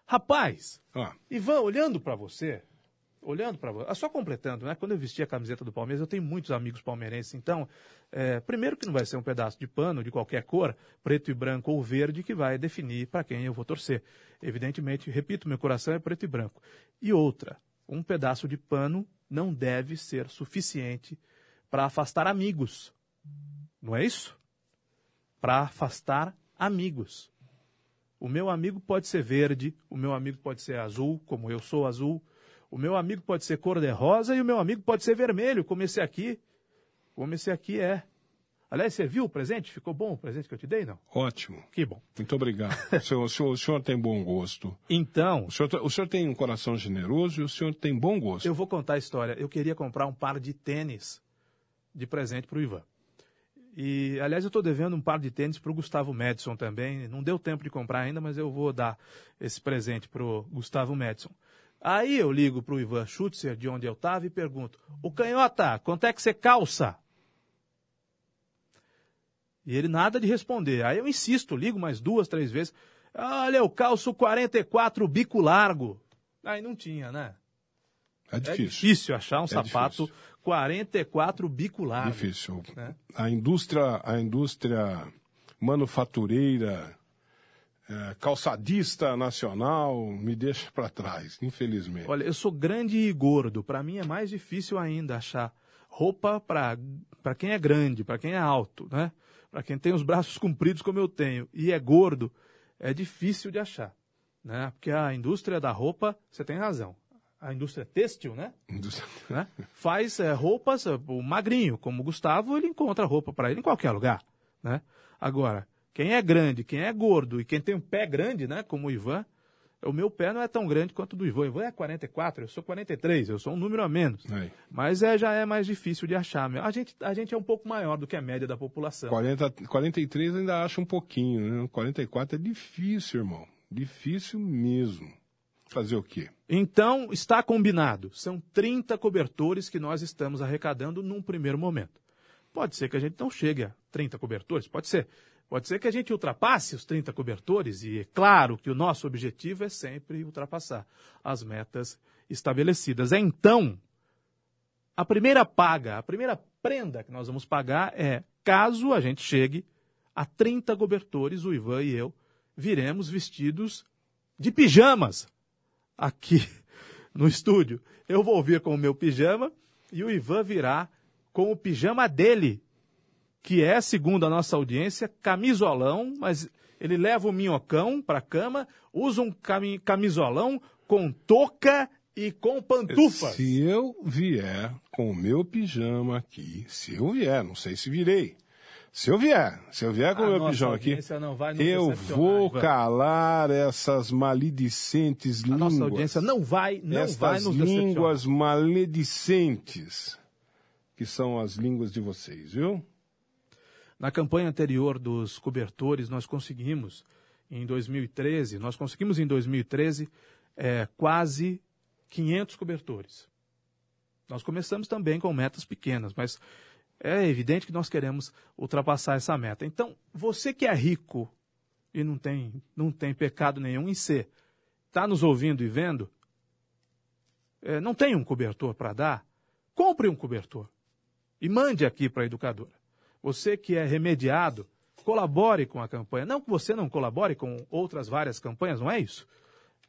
Rapaz, Ah, Ivan, olhando pra você, olhando para você, ah, só completando, né? Quando eu vesti a camiseta do Palmeiras, eu tenho muitos amigos palmeirenses, então, é, primeiro que não vai ser um pedaço de pano de qualquer cor, preto e branco ou verde, que vai definir pra quem eu vou torcer. Evidentemente, repito, meu coração é preto e branco. E outra, um pedaço de pano não deve ser suficiente pra afastar amigos. Não é isso? Pra afastar amigos. O meu amigo pode ser verde, o meu amigo pode ser azul, como eu sou azul. O meu amigo pode ser cor-de-rosa e o meu amigo pode ser vermelho, como esse aqui. Como esse aqui é. Aliás, você viu o presente? Ficou bom o presente que eu te dei? Não? ótimo. Que bom. Muito obrigado. o, senhor, o senhor- o senhor tem bom gosto. Então, O senhor, o senhor tem um coração generoso e o senhor tem bom gosto. eu vou contar a história. Eu queria comprar um par de tênis de presente para o Ivan. E, aliás, eu estou devendo um par de tênis para o Gustavo Madison também. Não deu tempo de comprar ainda, mas eu vou dar esse presente para o Gustavo Madison. Aí eu ligo para o Ivan Schutzer, de onde eu estava, e pergunto: O canhota, quanto é que você calça? E ele nada de responder. Aí eu insisto, ligo mais duas, três vezes. Olha, eu calço 44 bico largo. Aí não tinha, né? É difícil. É difícil achar um sapato difícil. 44 bico largo. Difícil. Né? A indústria, a indústria manufatureira, eh, calçadista nacional, me deixa para trás, infelizmente. Olha, eu sou grande e gordo. Para mim é mais difícil ainda achar roupa para para quem é grande, para quem é alto, né? Para quem tem os braços compridos como eu tenho e é gordo, é difícil de achar, né? Porque a indústria da roupa, você tem razão. A indústria têxtil, né? Indústria- né? Faz eh, roupas, eh, o magrinho, como o Gustavo, ele encontra roupa para ele em qualquer lugar, né? Agora, quem é grande, quem é gordo e quem tem um pé grande, né, como o Ivan, o meu pé não é tão grande quanto o do Ivan. O Ivan é 44, eu sou 43, eu sou um número a menos. Aí, Mas é, já é mais difícil de achar. mesmo. A gente, a gente é um pouco maior do que a média da população. 40, 43 ainda acha um pouquinho, né? 44 é difícil, irmão. Difícil mesmo. Fazer o quê? Então, está combinado. São 30 cobertores que nós estamos arrecadando num primeiro momento. Pode ser que a gente não chegue a 30 cobertores, pode ser. Pode ser que a gente ultrapasse os 30 cobertores, e é claro que o nosso objetivo é sempre ultrapassar as metas estabelecidas. É Então, a primeira paga, a primeira prenda que nós vamos pagar é caso a gente chegue a 30 cobertores, o Ivan e eu viremos vestidos de pijamas aqui no estúdio. Eu vou vir com o meu pijama e o Ivan virá com o pijama dele, que é, segundo a nossa audiência, camisolão, mas ele leva o minhocão para cama, usa um cami- camisolão com touca e com pantufas. Se eu vier com o meu pijama aqui, se eu vier, não sei se virei. Se eu vier, se eu vier com o A meu Ah, nossa pijama aqui, audiência não vai nos eu decepcionar, vou Ivan. calar essas maledicentes A línguas. nossa audiência não vai, não Estas vai nos decepcionar. línguas maledicentes que são as línguas de vocês, viu? Na campanha anterior dos cobertores, nós conseguimos, em 2013, nós conseguimos em 2013 eh, quase 500 cobertores. Nós começamos também com metas pequenas, mas é evidente que nós queremos ultrapassar essa meta. Então, você que é rico e não tem, não tem pecado nenhum em ser, está nos ouvindo e vendo, eh, não tem um cobertor para dar, compre um cobertor e mande aqui para a educadora. Você que é remediado, colabore com a campanha. Não que você não colabore com outras várias campanhas, não é isso?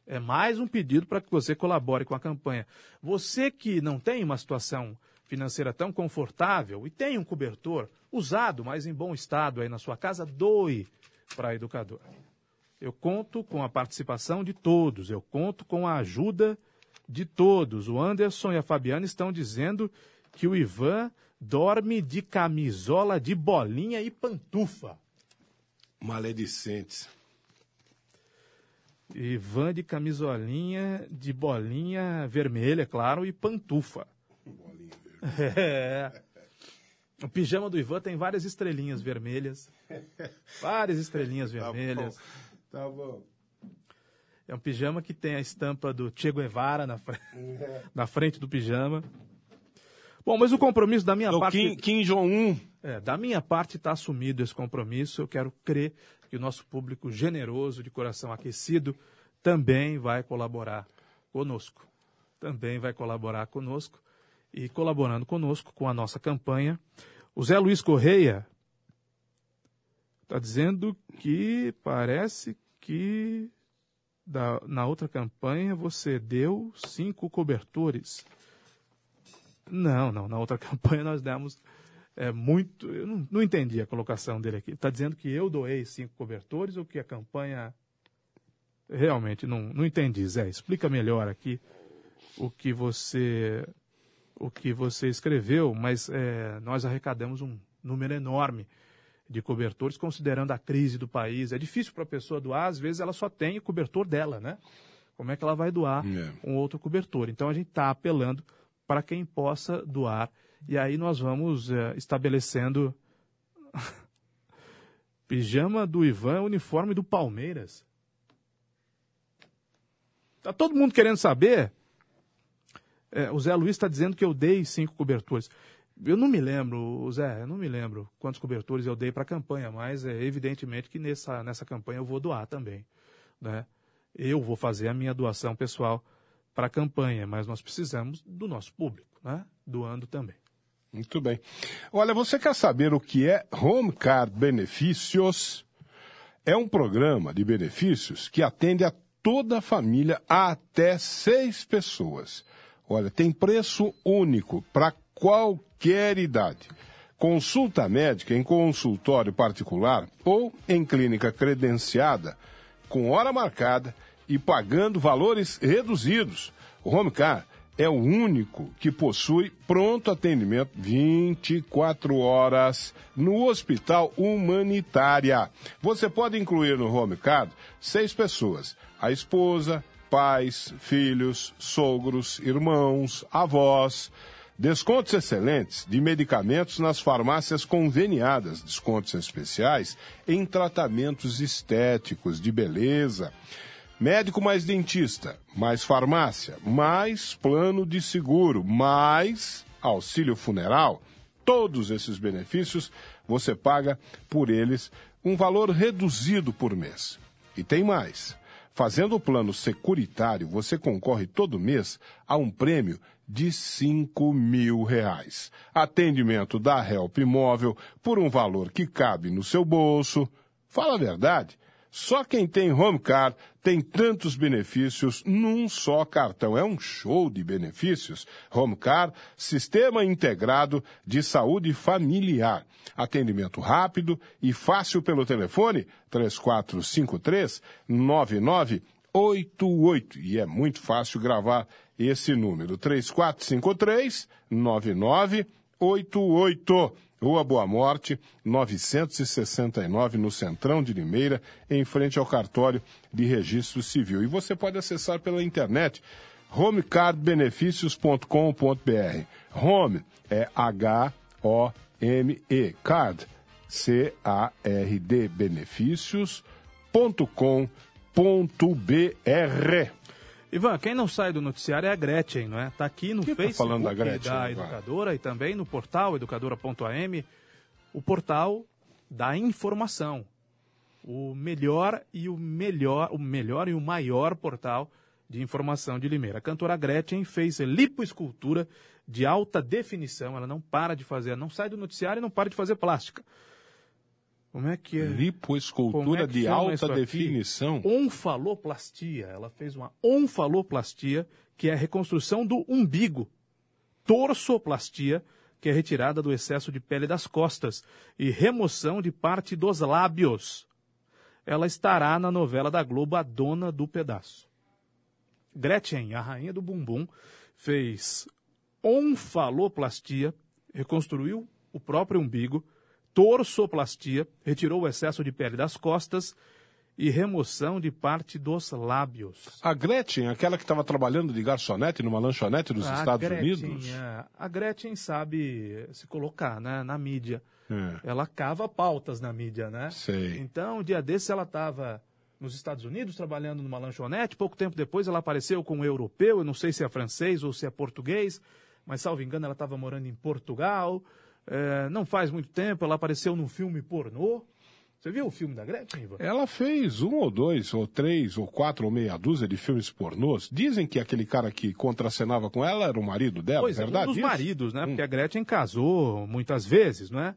É mais um pedido para que você colabore com a campanha. Você que não tem uma situação financeira tão confortável e tem um cobertor usado, mas em bom estado aí na sua casa, doe para a educadora. Eu conto com a participação de todos, eu conto com a ajuda de todos. O Anderson e a Fabiana estão dizendo que o Ivan dorme de camisola de bolinha e pantufa. Maledicentes. Ivan de camisolinha de bolinha vermelha, claro, e pantufa. É. O pijama do Ivan tem várias estrelinhas vermelhas. Várias estrelinhas vermelhas. Tá bom. É um pijama que tem a estampa do Che Guevara na, fre- É. na frente do pijama. Bom, mas o compromisso da minha É O parte. Kim, Kim Jong-un. É, da minha parte está assumido esse compromisso. Eu quero crer que o nosso público generoso, de coração aquecido, também vai colaborar conosco. Também vai colaborar conosco e colaborando conosco com a nossa campanha. O Zé Luiz Correia está dizendo que parece que da- na outra campanha você deu cinco cobertores. Não, não. Na outra campanha nós demos é, muito. Eu não, não entendi a colocação dele aqui. Está dizendo que eu doei cinco cobertores ou que a campanha. Realmente, não, não entendi, Zé. Explica melhor aqui o que você o que você escreveu, mas é, nós arrecadamos um número enorme de cobertores, considerando a crise do país. É difícil para a pessoa doar, às vezes ela só tem o cobertor dela, né? Como é que ela vai doar É. um outro cobertor? Então a gente está apelando para quem possa doar. E aí nós vamos eh, estabelecendo pijama do Ivan, uniforme do Palmeiras. Tá todo mundo querendo saber? É, o Zé Luiz está dizendo que eu dei cinco cobertores. Eu não me lembro, Zé, eu não me lembro quantos cobertores eu dei para a campanha, mas é evidentemente que nessa, nessa campanha eu vou doar também. Né? Eu vou fazer a minha doação pessoal para a campanha, mas nós precisamos do nosso público, né? doando também. Muito bem. Olha, você quer saber o que é Home Card Benefícios? É um programa de benefícios que atende a toda a família, a até seis pessoas. Olha, tem preço único para qualquer idade. Consulta médica em consultório particular ou em clínica credenciada, com hora marcada e pagando valores reduzidos. O Home Car é o único que possui pronto atendimento 24 horas no Hospital Humanitária. Você pode incluir no home card seis pessoas: a esposa, pais, filhos, sogros, irmãos, avós. Descontos excelentes de medicamentos nas farmácias conveniadas, descontos especiais em tratamentos estéticos de beleza. Médico mais dentista, mais farmácia, mais plano de seguro, mais auxílio funeral. Todos esses benefícios você paga por eles um valor reduzido por mês. E tem mais. Fazendo o plano securitário, você concorre todo mês a um prêmio de 5 mil reais. Atendimento da Help Imóvel por um valor que cabe no seu bolso. Fala a verdade. Só quem tem home car tem tantos benefícios num só cartão. É um show de benefícios. Home car, sistema integrado de saúde familiar. Atendimento rápido e fácil pelo telefone 3453 9988. E é muito fácil gravar esse número 3453 9988. Rua Boa Morte, 969, no Centrão de Limeira, em frente ao cartório de registro civil. E você pode acessar pela internet homecardbenefícios.com.br. Home é H-O-M-E, card, C-A-R-D, benefícios.com.br. Ivan, quem não sai do noticiário é a Gretchen, não é? Tá aqui no Quem tá Facebook falando da Gretchen, Ivan? Educadora e também no portal educadora.am, o portal da informação. O melhor e o melhor, o melhor e o maior portal de informação de Limeira. A cantora Gretchen fez lipoescultura de alta definição, ela não para de fazer, não sai do noticiário e não para de fazer plástica. Como é que é? Lipoescultura Como é que de chama alta isso aqui? definição. Onfaloplastia. Ela fez uma onfaloplastia, que é a reconstrução do umbigo. Torsoplastia, que é retirada do excesso de pele das costas. E remoção de parte dos lábios. Ela estará na novela da Globo A Dona do Pedaço. Gretchen, a rainha do bumbum, fez onfaloplastia, reconstruiu o próprio umbigo, torsoplastia, retirou o excesso de pele das costas e remoção de parte dos lábios. A Gretchen, aquela que estava trabalhando de garçonete numa lanchonete dos A Estados Ah, Gretchen, Unidos. é, A Gretchen sabe se colocar né, na mídia. É. Ela cava pautas na mídia, né? Sei. Então, um dia desse ela estava nos Estados Unidos trabalhando numa lanchonete. Pouco tempo depois ela apareceu com um europeu, eu não sei se é francês ou se é português, mas salvo engano ela estava morando em Portugal. É, não faz muito tempo ela apareceu num filme pornô. Você viu o filme da Gretchen, Ivan? Ela fez um ou dois, ou três, ou quatro, ou meia dúzia de filmes pornôs. Dizem que aquele cara que contracenava com ela era o marido dela, Pois é, verdade? um dos isso? Hum. maridos, né? Porque a Gretchen casou muitas vezes, não é?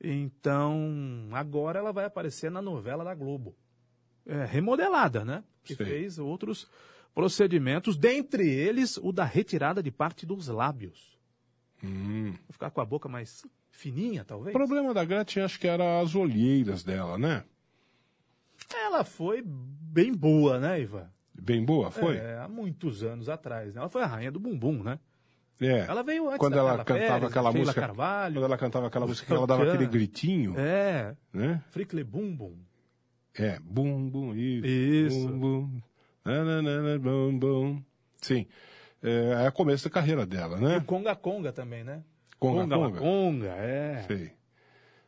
Então, agora ela vai aparecer na novela da Globo. É, remodelada, né? Que Sim. fez outros procedimentos, dentre eles o da retirada de parte dos lábios. Vou ficar com a boca mais fininha, O talvez. Hum. problema da Gretchen acho que era as olheiras dela, né? Ela foi bem boa, né, Ivan? Bem boa, foi? É, há muitos anos atrás. Né? Ela foi a rainha do bumbum, né? É. Ela veio antes quando da ela Carla cantava Perez, aquela Sheila música, Carvalho. quando ela cantava aquela música que ela dava Tchan. aquele gritinho, É, né? Frickle Bum Bum. É, bum bum isso. Isso. Bum bum. Nananana, bum bum. Sim. é, é começo da carreira dela, né? E o Conga Conga também, né? Conga, La Conga? Conga, é. Sei.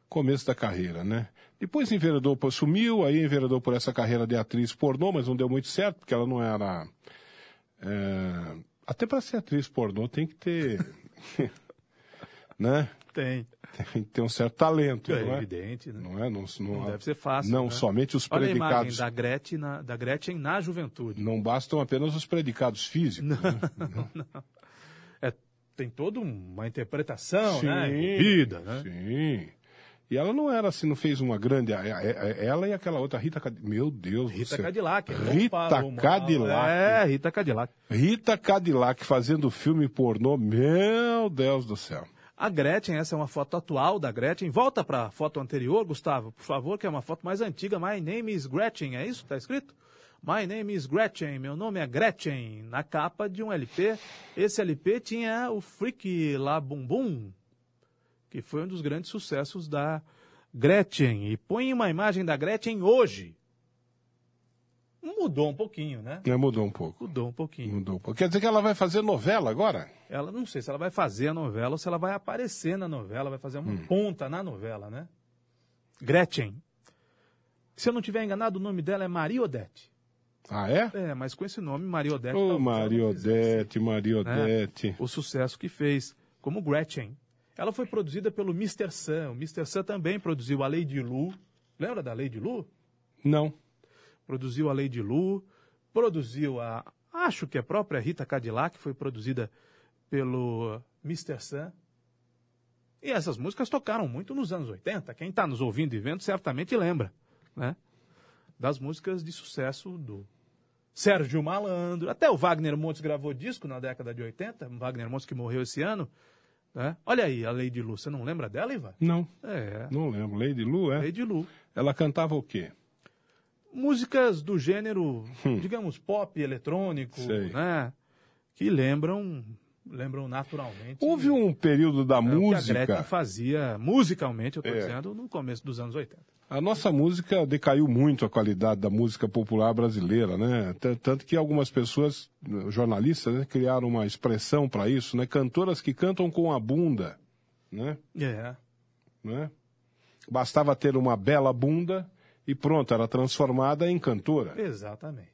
Começo da carreira, né? Depois enveredou por sumiu, aí enveredou por essa carreira de atriz pornô, mas não deu muito certo, porque ela não era. é, Até para ser atriz pornô tem que ter. né? Tem. Tem que ter um certo talento, É não é? evidente, né? Não é? Não, não- Não deve ser fácil. Não, né? somente os Olha a imagem predicados. da Gretchen na, da Gretchen na juventude. Não bastam apenas os predicados físicos. né? É, tem toda um, uma interpretação, Sim. né? Envolvida, né? Sim. E ela não era assim, não fez uma grande. é- é- é- Ela e aquela outra Rita Cadillac. Meu Deus Rita do céu. Cadillac. Rita Romualdo. Cadillac. É, Rita Cadillac. Rita Cadillac fazendo filme pornô. Meu Deus do céu. A Gretchen, essa é uma foto atual da Gretchen. Volta para a foto anterior, Gustavo, por favor, que é uma foto mais antiga. My name is Gretchen, é isso? Tá escrito? My name is Gretchen, meu nome é Gretchen, na capa de um LP. Esse LP tinha o Freak lá Bum Bum, que foi um dos grandes sucessos da Gretchen. E põe uma imagem da Gretchen hoje. Mudou um pouquinho, né? É, mudou um pouco. Mudou um pouquinho. Mudou um pouco. Quer dizer que ela vai fazer novela agora? Ela não sei se ela vai fazer a novela ou se ela vai aparecer na novela, vai fazer uma ponta na novela, né? Gretchen. Se eu não tiver enganado, o nome dela é Maria Odete. Ah, é? É, mas com esse nome, Maria Odete. Ô, É, talvez ela não Mariodete, fizesse Mariodete. O sucesso que fez, como Gretchen. Ela foi produzida pelo Mr. Sun. O Mr. Sun também produziu a Lady Lu. Lembra da Lady Lu? Não. produziu a Lady Lu, produziu a. Acho que a própria Rita Cadillac foi produzida pelo Mr. Sun. E essas músicas tocaram muito nos anos 80. Quem está nos ouvindo e vendo certamente lembra, né? Das músicas de sucesso do Sérgio Malandro. Até o Wagner Montes gravou disco na década de 80. Wagner Montes que morreu esse ano. Né? Olha aí a Lady Lu. Você não lembra dela, Ivan? Não. É, Não lembro. Lady Lu, é? Lady Lu Ela cantava o quê? músicas do gênero, digamos, pop eletrônico, Hum. Sei. né? Que lembram, lembram naturalmente. Houve um período da né, o que a música. Gretchen fazia musicalmente, eu tô É. dizendo, no começo dos anos 80. A nossa música decaiu muito a qualidade da música popular brasileira, né? T- Tanto que algumas pessoas, eh, jornalistas, né, criaram uma expressão para isso, né? Cantoras que cantam com a bunda, né? É. né? Bastava ter uma bela bunda e pronto, era transformada em cantora. Exatamente.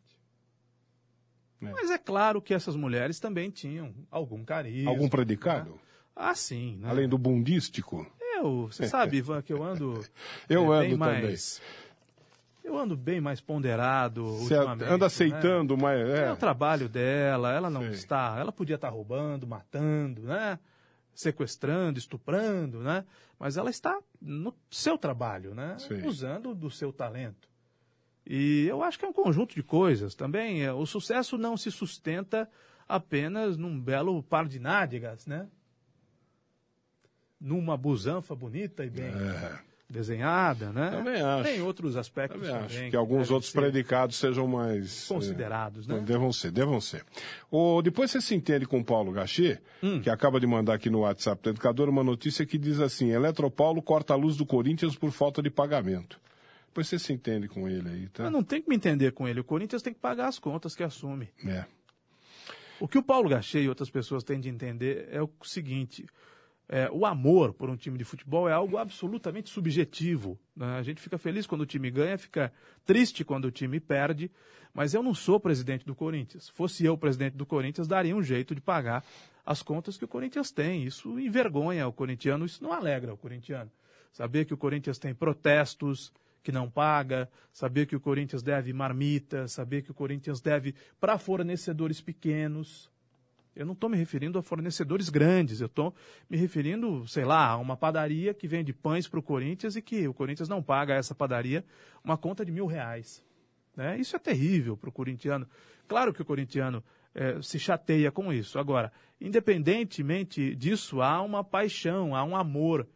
É. Mas é claro que essas mulheres também tinham algum carisma. Algum predicado? né? Ah, sim. Né? Além do bundístico? Eu, você sabe, Ivan, que eu ando. Eu é, bem ando também. mais- Eu ando bem mais ponderado. Você ultimamente, anda né? aceitando, mas... É o É, trabalho dela, ela não Sei. está. Ela podia estar roubando, matando, né? Sequestrando, estuprando, né? Mas ela está no seu trabalho, né? Sei. Usando do seu talento. E eu acho que é um conjunto de coisas também. é, O sucesso não se sustenta apenas num belo par de nádegas, né? Numa busanfa bonita e bem É. desenhada, né? Também acho. Tem outros aspectos Também também. acho que alguns devem outros ser predicados sejam mais... eh, considerados, né? Devam ser, devam ser. O, depois você se entende com o Paulo Gachê, Hum. que acaba de mandar aqui no WhatsApp do Educador uma notícia que diz assim: Eletropaulo corta a luz do Corinthians por falta de pagamento. Depois você se entende com ele aí, tá? Mas não tem que me entender com ele. O Corinthians tem que pagar as contas que assume. É. O que o Paulo Gachê e outras pessoas têm de entender é o seguinte: é, o amor por um time de futebol é algo absolutamente subjetivo. né? A gente fica feliz quando o time ganha, fica triste quando o time perde. Mas eu não sou presidente do Corinthians. Fosse eu presidente do Corinthians, daria um jeito de pagar as contas que o Corinthians tem. Isso envergonha o corintiano, isso não alegra o corintiano. Saber que o Corinthians tem protestos que não paga, saber que o Corinthians deve marmita, saber que o Corinthians deve para fornecedores pequenos. Eu não estou me referindo a fornecedores grandes, eu estou me referindo, sei lá, a uma padaria que vende pães para o Corinthians e que o Corinthians não paga a essa padaria uma conta de mil reais. né? Isso é terrível para o corintiano. Claro que o corintiano eh, se chateia com isso. Agora, independentemente disso, há uma paixão, há um amor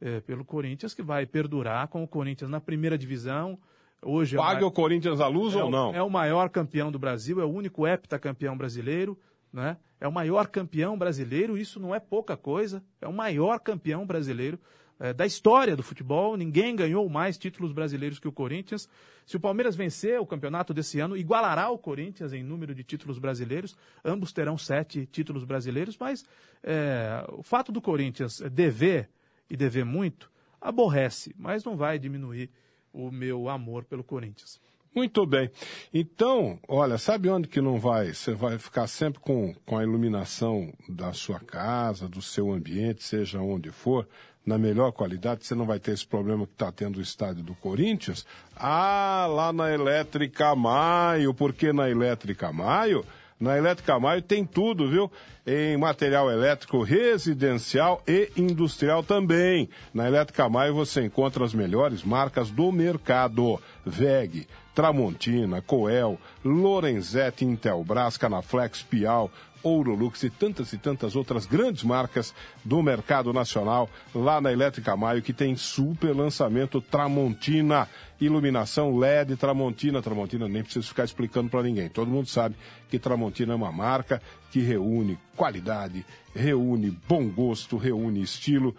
eh, pelo Corinthians que vai perdurar com o Corinthians na primeira divisão. Hoje é uma- Paga o Corinthians a luz é ou o- não? É o maior campeão do Brasil, é o único heptacampeão brasileiro, né? É o maior campeão brasileiro, isso não é pouca coisa, é o maior campeão brasileiro é, da história do futebol. Ninguém ganhou mais títulos brasileiros que o Corinthians. Se o Palmeiras vencer o campeonato desse ano, igualará o Corinthians em número de títulos brasileiros. Ambos terão sete títulos brasileiros, mas é, o fato do Corinthians dever, e dever muito, aborrece, mas não vai diminuir o meu amor pelo Corinthians. Muito bem. Então, olha, sabe onde que não vai? Você vai ficar sempre com, com a iluminação da sua casa, do seu ambiente, seja onde for, na melhor qualidade. Você não vai ter esse problema que está tendo o estádio do Corinthians. Ah, lá na Elétrica Maio. Por que na Elétrica Maio? Na Elétrica Maio tem tudo, viu? Em material elétrico residencial e industrial também. Na Elétrica Maio você encontra as melhores marcas do mercado. VEG, Tramontina, Coel, Lorenzetti, Intelbras, Canaflex, Pial, Ourolux e tantas e tantas outras grandes marcas do mercado nacional lá na Elétrica Maio, que tem super lançamento Tramontina, iluminação LED Tramontina. Tramontina nem preciso ficar explicando para ninguém. Todo mundo sabe que Tramontina é uma marca que reúne qualidade, reúne bom gosto, reúne estilo.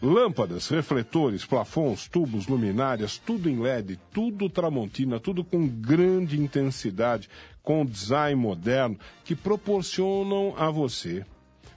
Lâmpadas, refletores, plafons, tubos, luminárias, tudo em LED, tudo Tramontina, tudo com grande intensidade, com design moderno, que proporcionam a você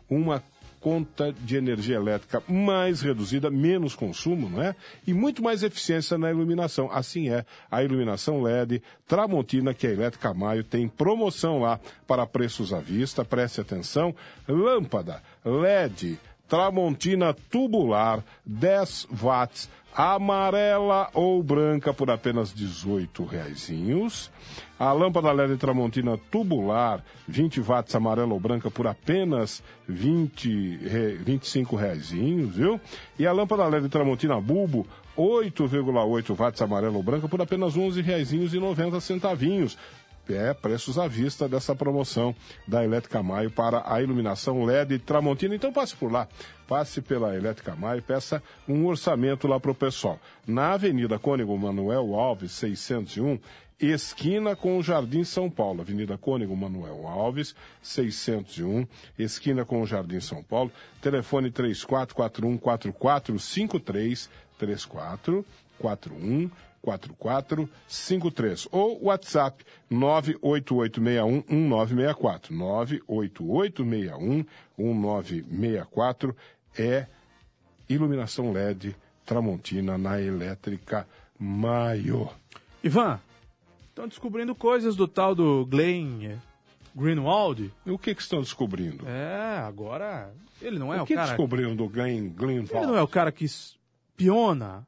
uma conta de energia elétrica mais reduzida, menos consumo, não é? E muito mais eficiência na iluminação. Assim é a iluminação LED Tramontina, que a Elétrica Maio tem promoção lá para preços à vista. Preste atenção. Lâmpada LED Tramontina tubular, 10 watts, amarela ou branca por apenas 18 reaisinhos. A lâmpada LED Tramontina tubular, 20 watts, amarela ou branca por apenas 20, re, 25 reaisinhos, viu? E a lâmpada LED Tramontina bulbo, 8,8 watts, amarela ou branca por apenas 11 reaisinhos e 90 centavinhos é preços à vista dessa promoção da Elétrica Maio para a iluminação LED Tramontina. Então passe por lá, passe pela Elétrica Maio e peça um orçamento lá para o pessoal. Na Avenida Cônego Manuel Alves, 601, esquina com o Jardim São Paulo. Avenida Cônego Manuel Alves, 601, esquina com o Jardim São Paulo. Telefone 34414453, 3441 4453 ou WhatsApp um, 988611964. 988611964 é iluminação LED Tramontina na Elétrica Maio. Ivan, estão descobrindo coisas do tal do Glenn Greenwald. E o que, que estão descobrindo? É, agora ele não é o, o que cara. descobriram do Glenn Greenwald? Ele não é o cara que espiona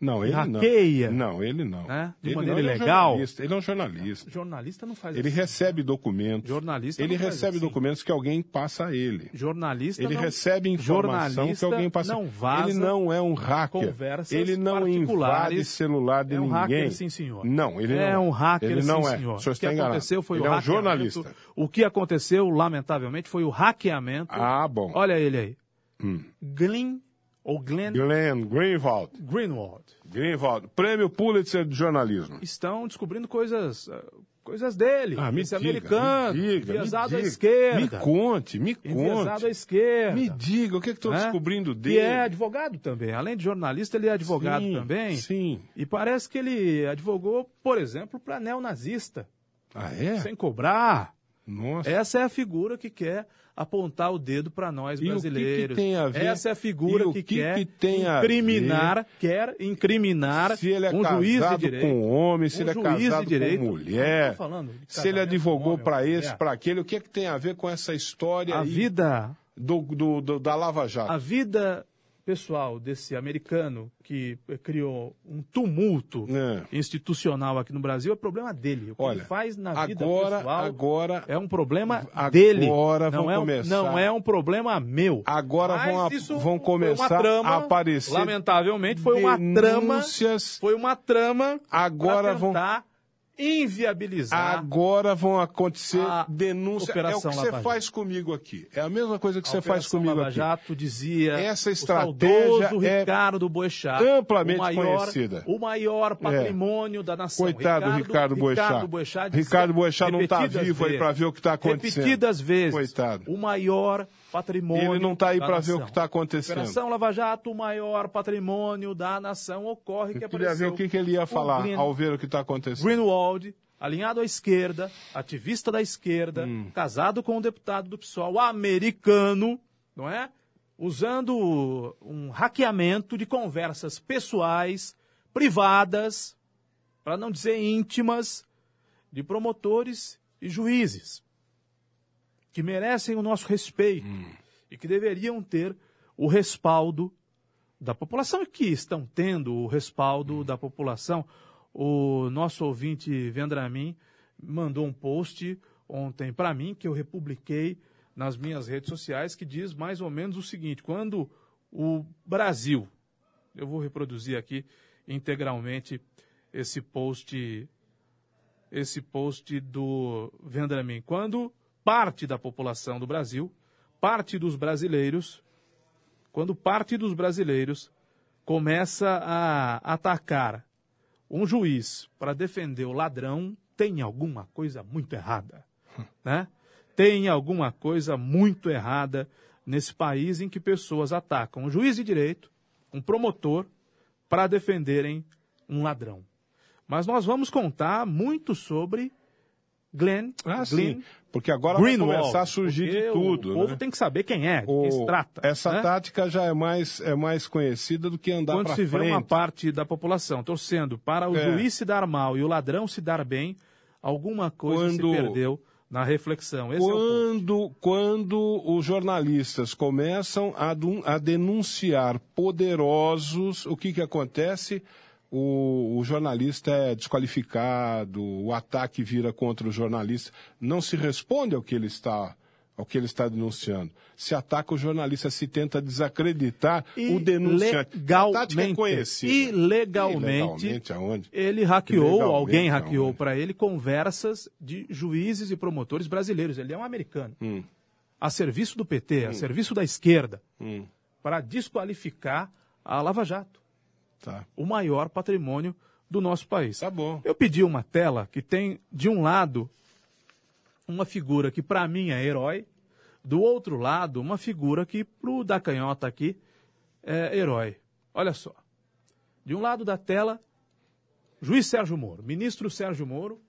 Não, ele é Hackeia. não. Não, ele não. Né? De ele maneira não, ele é um ilegal. jornalista, ele é um jornalista. Jornalista não faz Ele assim. recebe documentos. Jornalista ele não faz recebe assim. documentos que alguém passa a ele. Jornalista Ele não- recebe informação que jornalista alguém passa. não vaza ele não é um hacker. conversas ele não particulares. invade celular de É um ninguém. hacker, sim, senhor. Não, ele é não. um hacker, ele não sim, é. senhor. O senhor O que está enganado. aconteceu foi ele o é um hackeamento. jornalista. O que aconteceu, lamentavelmente, foi o hackeamento. Ah, bom. Hum. Olha ele aí. Glenn ou Glenn Glenn Greenwald. Greenwald. Greenwald, prêmio Pulitzer de jornalismo. Estão descobrindo coisas, ah, coisas dele. Ah, me é Esse diga, americano, me diga, me enviesado à diga. esquerda. Me conte, me Enviesado conte. à esquerda. Me diga, o que é que estão né? descobrindo E dele? é advogado também. Além de jornalista, ele é advogado Sim, também. Sim. E parece que ele advogou, por exemplo, para neonazista, Ah, é? sem cobrar. Nossa. Essa é a figura que quer apontar o dedo para nós E o que que brasileiros. tem a ver- Essa é a figura e o que, que quer que tem a incriminar, quer incriminar se ele é um juiz de casado direito. com homem, se Um ele é juiz casado de direito. com Eu mulher, tô falando de se ele casamento com advogou homem, para mulher. esse, para aquele, o que é que tem a ver com essa história A aí vida, do, do- do- da Lava Jato? a vida pessoal desse americano que eh, criou um tumulto É. institucional aqui no Brasil é problema dele. O que Olha, ele faz na vida agora- pessoal agora- é um problema agora dele. vão não é um, começar. Não é um problema meu. Agora Mas vão, a- isso vão foi começar uma trama, a aparecer Lamentavelmente, foi uma trama. denúncias. Foi uma trama Agora pra vão- tentar inviabilizar. Agora vão acontecer A denúncias. É o que Operação você Lava faz comigo aqui. É a mesma coisa que você faz Operação comigo Lava aqui. Jato dizia Essa o estratégia saudoso é Ricardo Boechat, amplamente o maior, conhecida. É. O maior patrimônio da nação. Coitado do Ricardo Boechat. Ricardo Boechat, dizia Ricardo Boechat não está repetidas vivo aí vezes- para ver o que está tá acontecendo. Repetidas vezes. Coitado. O maior patrimônio. Ele não está aí da para ver o nação. que está acontecendo. Operação Lava Jato, o maior patrimônio da nação ocorre que Eu queria ver apareceu. o que, que ele ia o falar Green- ao ver o que está acontecendo. Greenwald, alinhado à esquerda, ativista da esquerda, casado com um deputado do PSOL americano, não é? Usando um hackeamento de conversas pessoais, privadas, para não dizer íntimas, de promotores e juízes, que merecem o nosso respeito e que deveriam ter o respaldo da população e que estão tendo o respaldo da população. O nosso ouvinte Vendramin mandou um post ontem para mim que eu republiquei nas minhas redes sociais que diz mais ou menos o seguinte: quando o Brasil, eu vou reproduzir aqui integralmente esse post esse post do Vendramin. Quando parte da população do Brasil, parte dos brasileiros, quando parte dos brasileiros começa a atacar um juiz para defender o ladrão, tem alguma coisa muito errada, Hum. né? Tem alguma coisa muito errada nesse país em que pessoas atacam um juiz de direito, um promotor, para defenderem um ladrão. Mas nós vamos contar muito sobre Glenn, Ah, Glenn sim. Porque agora Greenwald, vai começar a surgir porque de tudo. O povo né? tem que saber quem é, de quem se O- trata. Essa né? tática já é mais, é mais conhecida do que andar Quando para se frente. vê uma parte da população torcendo para o É. juiz se dar mal e o ladrão se dar bem, alguma coisa Quando- se perdeu na reflexão. Esse é o ponto. Quando, quando os jornalistas começam a, dun- a denunciar poderosos, o que, que acontece? O, o jornalista é desqualificado, o ataque vira contra o jornalista, não se responde ao que ele está ao que ele está denunciando. Se ataca o jornalista, se tenta desacreditar o denunciante. A tática é Ilegalmente. conhecida. Ilegalmente, Ilegalmente, aonde? Ele hackeou, Ilegalmente, alguém aonde? hackeou para ele conversas de juízes e promotores brasileiros. Ele é um americano. Hum. A serviço do PT, a serviço da esquerda, Hum. para desqualificar a Lava Jato, Tá. o maior patrimônio do nosso país. Tá bom. Eu pedi uma tela que tem, de um lado, uma figura que para mim é herói, do outro lado, uma figura que pro da canhota aqui é herói. Olha só. De um lado da tela, juiz Sérgio Moro, ministro Sérgio Moro,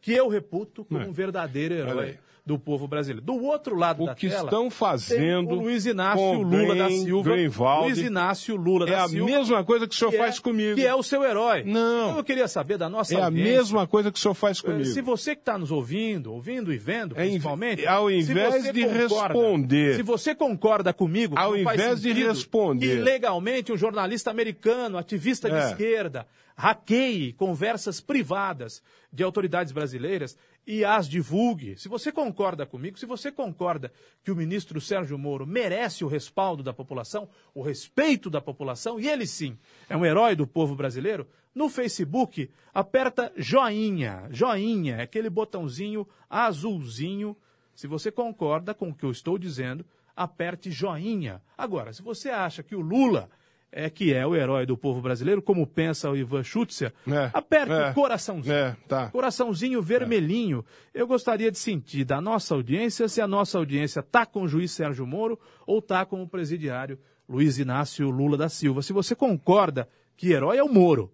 que eu reputo como É. um verdadeiro Olha herói aí. do povo brasileiro. Do outro lado O da que tela, estão fazendo tem o Luiz Inácio com Lula da Glenn Silva. Greenwald. Luiz Inácio Lula É da a Silva. mesma coisa que o senhor que é- faz comigo. Que é o seu herói. Não. Então eu queria saber da nossa É a audiência. mesma coisa que o senhor faz Eh, comigo. Se você que está nos ouvindo, ouvindo e vendo, É, em- principalmente, ao se invés você de responder- se você concorda comigo, que Ao não faz invés de sentido responder- que legalmente um jornalista americano, ativista de É. esquerda, hackeie conversas privadas de autoridades brasileiras e as divulgue. Se você concorda comigo, se você concorda que o ministro Sérgio Moro merece o respaldo da população, o respeito da população, e ele sim é um herói do povo brasileiro, no Facebook aperta joinha. Joinha, é aquele botãozinho azulzinho. Se você concorda com o que eu estou dizendo, aperte joinha. Agora, se você acha que o Lula é que é o herói do povo brasileiro, como pensa o Ivan Schutzer, É, aperte é, o coraçãozinho. é, tá. Coraçãozinho vermelhinho. Eu gostaria de sentir da nossa audiência se a nossa audiência tá com o juiz Sérgio Moro ou tá com o presidiário Luiz Inácio Lula da Silva. Se você concorda que herói é o Moro,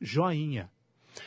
joinha.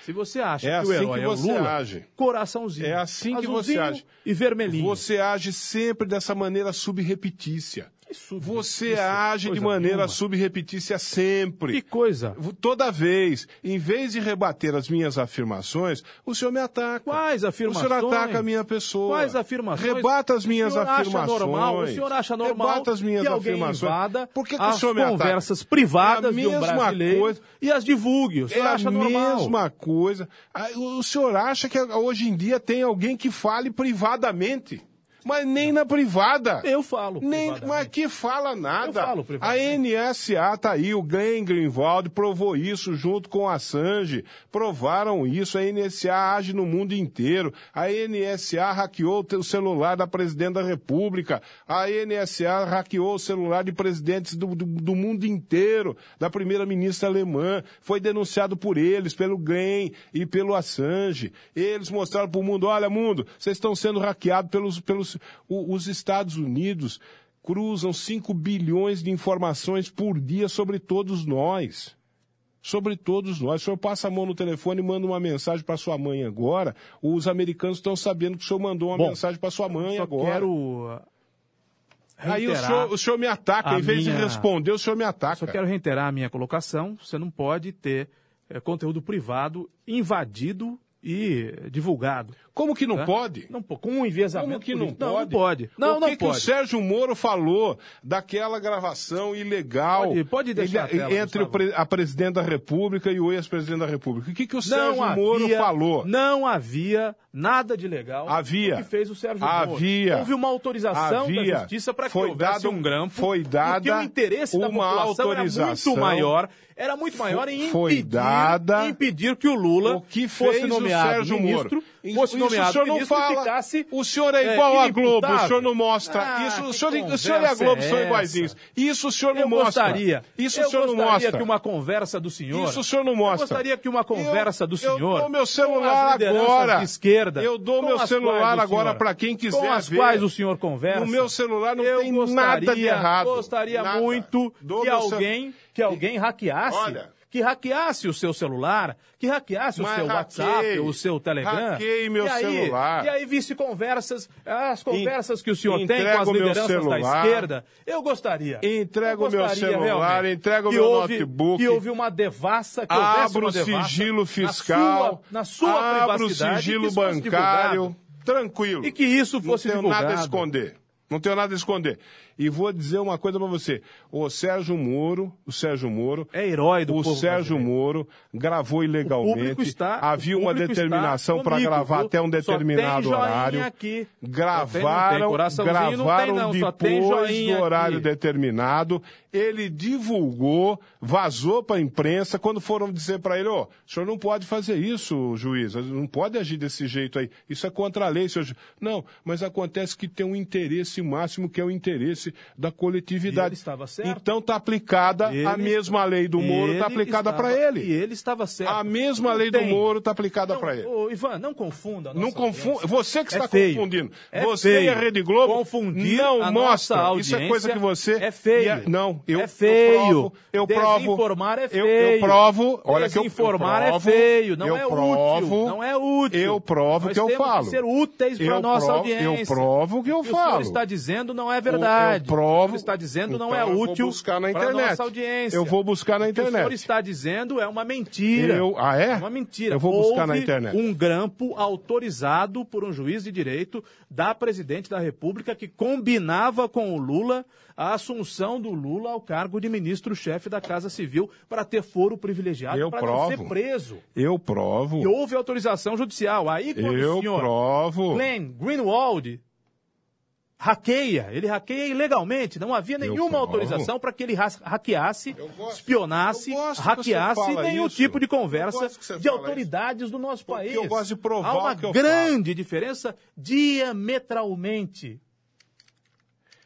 Se você acha É que o assim herói que é o você Lula, age. coraçãozinho. É assim que você Azulzinho age. E vermelhinho. Você age sempre dessa maneira subrepetícia. Que sub- Você isso, age de coisa maneira nenhuma. subrepetícia sempre. Que coisa. Toda vez, em vez de rebater as minhas afirmações, o senhor me ataca. Quais afirmações? O senhor ataca a minha pessoa. Quais afirmações? Rebata as minhas o senhor afirmações. Acha normal, o senhor acha normal Rebata as minhas que alguém afirmações. invada Por que, que as o senhor me ataca? conversas privadas É a de um mesma brasileiro coisa- e as divulgue. O É senhor a acha normal? mesma coisa. Ah, O o senhor acha que hoje em dia tem alguém que fale privadamente? Mas nem na privada. Eu falo. Nem, privadamente. mas que fala nada. Eu falo a privadamente. NSA tá aí, o Glenn Greenwald provou isso junto com a Assange. Provaram isso. A NSA age no mundo inteiro. A NSA hackeou o celular da presidente da República. A NSA hackeou o celular de presidentes do, do- do mundo inteiro, da primeira-ministra alemã. Foi denunciado por eles, pelo Glenn e pelo Assange. Eles mostraram para o mundo: olha, mundo, vocês estão sendo hackeados pelos, pelos o- os Estados Unidos cruzam 5 bilhões de informações por dia sobre todos nós. Sobre todos nós. O senhor passa a mão no telefone e manda uma mensagem para sua mãe agora. Os americanos estão sabendo que o senhor mandou uma Bom, mensagem para sua mãe Só agora. quero. ah, Aí o reiterar- senhor, o senhor me ataca. a Em vez de minha- responder, o senhor me ataca. Só quero reiterar a minha colocação. Você não pode ter eh, conteúdo privado invadido e eh, divulgado. Como que não né? pode? Não, po- com um enviesamento. Como que não político. pode? o que Não, não pode. Não, não que o pode. Sérgio Moro falou daquela gravação ilegal Pode- pode deixar ele- a tela, entre o Gustavo. pre- a presidente da República e o ex-presidente da República? O que, que o Não Sérgio Moro havia- falou? Não havia nada de legal Havia. no que fez o Sérgio Moro. Havia. Houve uma autorização Havia. da justiça para que Foi houvesse dado- um grampo. foi porque dada o interesse da uma população autorização. era muito maior. Era muito maior em impedir, Foi dada- impedir que o Lula O que fez fosse o nomeado Sérgio ministro, Moro? Isso- fosse isso nomeado o senhor não ministro e fala. ficasse, o senhor é é, igual à inimputável. Globo, o senhor não mostra. isso, o Ah, que senhor, o senhor e a conversa Globo é são essa? iguaizinhos. Isso o senhor não eu mostra. gostaria, Isso eu o senhor não gostaria mostra. que uma conversa do senhor, Isso o senhor não mostra. eu gostaria que uma conversa do Eu- senhor, Eu dou meu com as celular lideranças agora. de esquerda, Eu dou com meu as quais celular o agora senhor- para quem quiser com as ver. quais o senhor conversa. No meu celular não eu tem gostaria, nada de errado. Gostaria Nada. muito Dou que meu cel- alguém, que alguém hackeasse. Olha. que hackeasse o seu celular, que hackeasse o Mas seu hackei. WhatsApp, o seu Telegram. Hackei meu e aí, celular. E aí visse conversas, as conversas que o senhor tem Entrego com as meu lideranças da celular. esquerda. Eu gostaria. Entrego eu meu gostaria celular, realmente entrego que meu houve- notebook. Que houve uma devassa, que houvesse Abra uma o devassa sigilo na fiscal, sua- na sua, abra o privacidade, que sigilo isso fosse bancário, divulgado. tranquilo. E que isso fosse Não tenho divulgado. nada a esconder. Não tenho nada a esconder. E vou dizer uma coisa para você. O Sérgio Moro, o Sérgio Moro, É herói do o povo Sérgio brasileiro. Moro gravou O público ilegalmente. está- havia o uma público determinação está para comigo, gravar viu? até um Só tem determinado joinha horário. aqui. Só tem- não tem Gravaram, coraçãozinho, não tem gravaram não, só tem depois joinha do horário aqui. determinado. Ele divulgou, vazou para a imprensa. Quando foram dizer para ele, ó, o senhor não pode fazer isso, juiz, não pode agir desse jeito aí. Isso é contra a lei, senhor. ju-". Não, mas acontece que tem um interesse máximo que é o interesse da coletividade. E ele estava certo. Então está aplicada a Ele- mesma lei do Moro, está Ele aplicada estava- para E ele. ele estava certo. A mesma Não lei do tem. Moro está aplicada Não, para ele. ô, Ivan, não confunda. a Não nossa confunda. audiência. Você que É está feio. confundindo. É você e a feio. Rede Globo Confundir não mostra. a nossa Isso é audiência coisa que você. É feio. e a- Não, eu É feio. Eu provo. Eu provo Desinformar é eu- feio. Eu, provo. Olha que eu, eu Desinformar é provo, feio. Não eu é provo, útil. Não é útil. Eu provo Nós que eu temos falo. Que ser úteis para Eu nossa provo- eu audiência. provo que eu O que O falo. senhor está dizendo não é verdade. Eu provo. O que está dizendo não Então é eu vou útil buscar na para internet. nossa audiência. Eu vou buscar na O que o senhor internet. está dizendo é uma mentira. Eu- ah, é? Uma mentira. Eu vou buscar na Houve internet. um grampo autorizado por um juiz de direito da presidente da República que combinava com o Lula a assunção do Lula ao cargo de ministro-chefe da Casa Civil para ter foro privilegiado Eu para não ser provo. preso. Eu provo. E houve autorização judicial. Aí quando Eu o senhor provo. Glenn Greenwald hackeia, ele hackeia ilegalmente, não havia nenhuma provo. autorização para que ele ha- hackeasse, Eu gosto. espionasse, Eu gosto que você hackeasse fala nenhum isso. tipo de Eu conversa gosto que você de fala autoridades do nosso Porque país. eu gosto de provar Há uma o que eu grande diferença diametralmente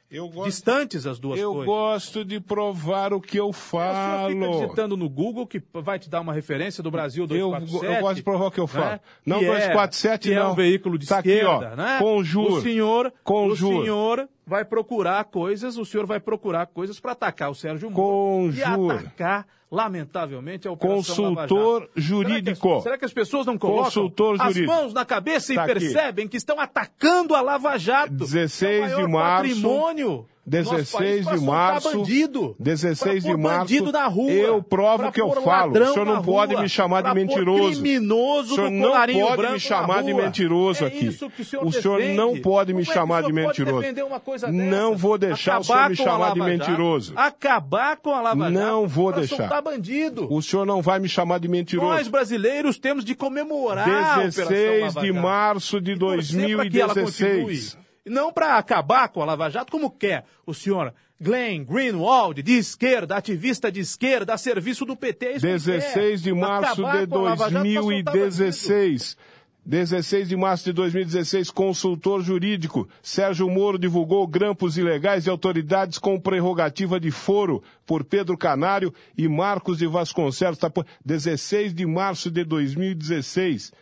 Eu gosto- distantes as duas eu coisas. É, gosto de provar o que eu O senhor fica falo. digitando no Google que vai te dar uma referência do Brasil Eu, 247. eu gosto de provar o que eu falo. né? Não Que é- 247, que não. é um veículo de Tá aqui, esquerda, ó, né? Conjur. O senhor, Conjur. o senhor vai procurar coisas, o senhor vai procurar coisas para atacar o Sérgio Moro Conjur. e atacar, lamentavelmente, a operação Consultor Lava Jato. jurídico. Será que, as, será que as pessoas não colocam Consultor as jurídico. mãos na cabeça Tá e aqui. percebem que estão atacando a Lava Jato? 16 É o maior de março, patrimônio do nosso 16 país pra de soltar março. bandido, 16 pra pôr de março, bandido na rua, eu provo pra que eu pôr um falo. ladrão O senhor na não pode rua, me chamar de pra pôr mentiroso. Criminoso O senhor do não colarinho pode me branco na chamar de rua. mentiroso É aqui. isso que o senhor, O senhor defende. não pode me Como é que chamar o de senhor pode mentiroso? defender uma coisa Não dessa? vou deixar o senhor Acabar me com a chamar de Lava Jato, mentiroso. Acabar com a Lava Jato. Não vou pra deixar. soltar bandido. O senhor não vai me chamar de mentiroso. Nós brasileiros temos de comemorar a Operação 16 Lava de Jato. março de Torcer pra que ela continue. 2016. Não para acabar com a Lava Jato, como quer o senhor Glenn Greenwald, de esquerda, ativista de esquerda, a serviço do PT. é isso que 16 de quer. março Acabar de com a Lava Jato pra soltar bandido. 2016. 16 de março de 2016, consultor jurídico Sérgio Moro divulgou grampos ilegais de autoridades com prerrogativa de foro por Pedro Canário e Marcos de Vasconcelos. Tá, pô, 16 de março de 2016.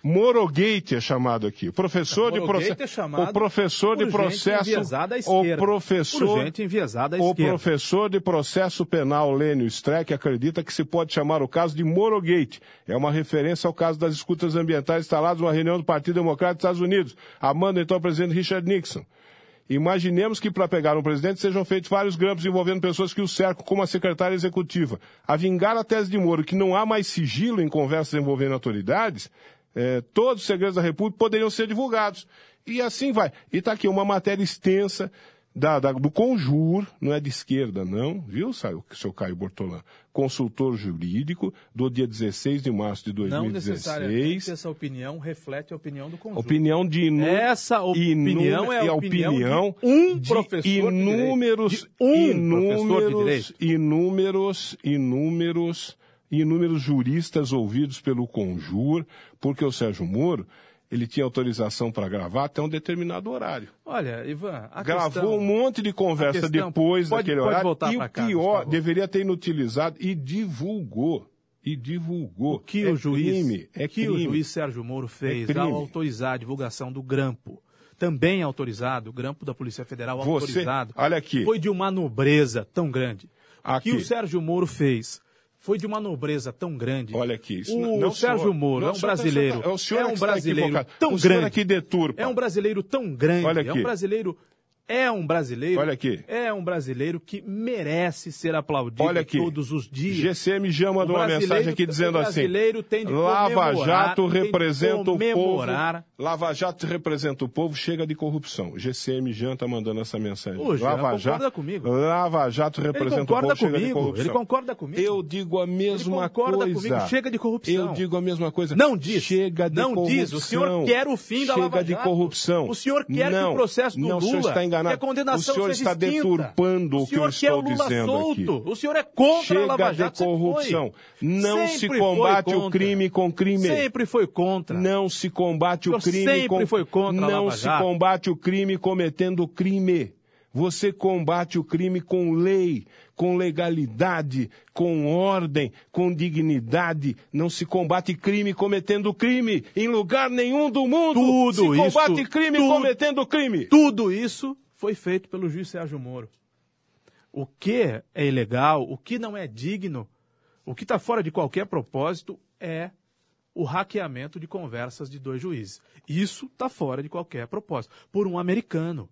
Morogate é chamado aqui. O professor de Morogate processo. é chamado o professor de por gente processo. enviesada à o esquerda. professor. Por gente enviesada à o esquerda. professor de processo penal Lênio Streck acredita que se pode chamar o caso de Morogate. É uma referência ao caso das escutas ambientais instaladas numa reunião do Partido Democrático dos Estados Unidos, amando então o presidente Richard Nixon. Imaginemos que para pegar um presidente sejam feitos vários grampos envolvendo pessoas que o cercam como a secretária executiva. A vingar a tese de Moro que não há mais sigilo em conversas envolvendo autoridades, eh, todos os segredos da República poderiam ser divulgados. E assim vai. E está aqui uma matéria extensa da- da- do Conjur, não é de esquerda não, viu, sa- seu Caio Bortolã? Consultor jurídico do dia 16 de março de Não 2016. necessariamente essa opinião reflete a opinião do conjunto. Opinião de inu- Essa opinião inu- é a e opinião opinião de um de professor de inúmeros, direito. De um professor de inúmeros, direito. inúmeros, inúmeros, inúmeros juristas ouvidos pelo Conjur, porque o Sérgio Moro ele tinha autorização para gravar até um determinado horário. Olha, Ivan, a Gravou questão- um monte de conversa a questão- depois pode- daquele pode horário voltar e pra o cá, por pior favor. deveria ter inutilizado e divulgou e divulgou O que é o juiz, crime, é o que crime. o juiz Sérgio Moro fez É crime. ao autorizar a divulgação do grampo, também autorizado, o grampo da Polícia Federal Você- autorizado, olha aqui. foi de uma nobreza tão grande. Aqui. O que o Sérgio Moro fez foi de uma nobreza tão grande. Olha aqui, isso o não- não, Sérgio senhor. Moro Não, é um senhor tá- brasileiro, senhor tá- é o senhor que um está brasileiro equivocado. tão O senhor grande, é que deturpa. é um brasileiro tão grande, Olha é aqui. um brasileiro é um brasileiro. Olha aqui. É um brasileiro que merece ser aplaudido Olha aqui. todos os dias. GCM já mandou O uma brasileiro- mensagem aqui o dizendo assim: brasileiro tem de Lava comemorar, Jato tem de representa o povo. comemorar." Lava Jato representa o povo, chega de corrupção. GCM Jean tá mandando essa mensagem. Ô, Jean, Lava concorda Jato, comigo. Lava Jato representa o povo, concorda chega de comigo, corrupção. ele concorda comigo. Eu digo a mesma Ele concorda coisa. comigo, chega de corrupção. Eu digo a mesma coisa. Não diz. Chega de não corrupção. diz. O senhor quer o fim da Chega Lava de Jato. corrupção. O senhor quer não, que o processo do não, Lula, o senhor está enganado. que a condenação O senhor seja está extinta. deturpando o que eu senhor quer estou o Lula dizendo aqui. solto. O senhor é contra a Chega Lava de Jato. sempre foi. corrupção. Não se Sempre foi combate o contra. crime com crime. Sempre foi contra. Não se combate o O senhor crime sempre com foi contra a Não Lava se Jato. combate o crime cometendo crime. Você combate o crime com lei, com legalidade, com ordem, com dignidade. Não se combate crime cometendo crime em lugar nenhum do mundo. Tudo se combate isso, crime tudo- cometendo crime. Tudo isso foi feito pelo juiz Sérgio Moro. O que é ilegal, o que não é digno, o que está fora de qualquer propósito é o hackeamento de conversas de dois juízes. Isso está fora de qualquer propósito. Por um americano,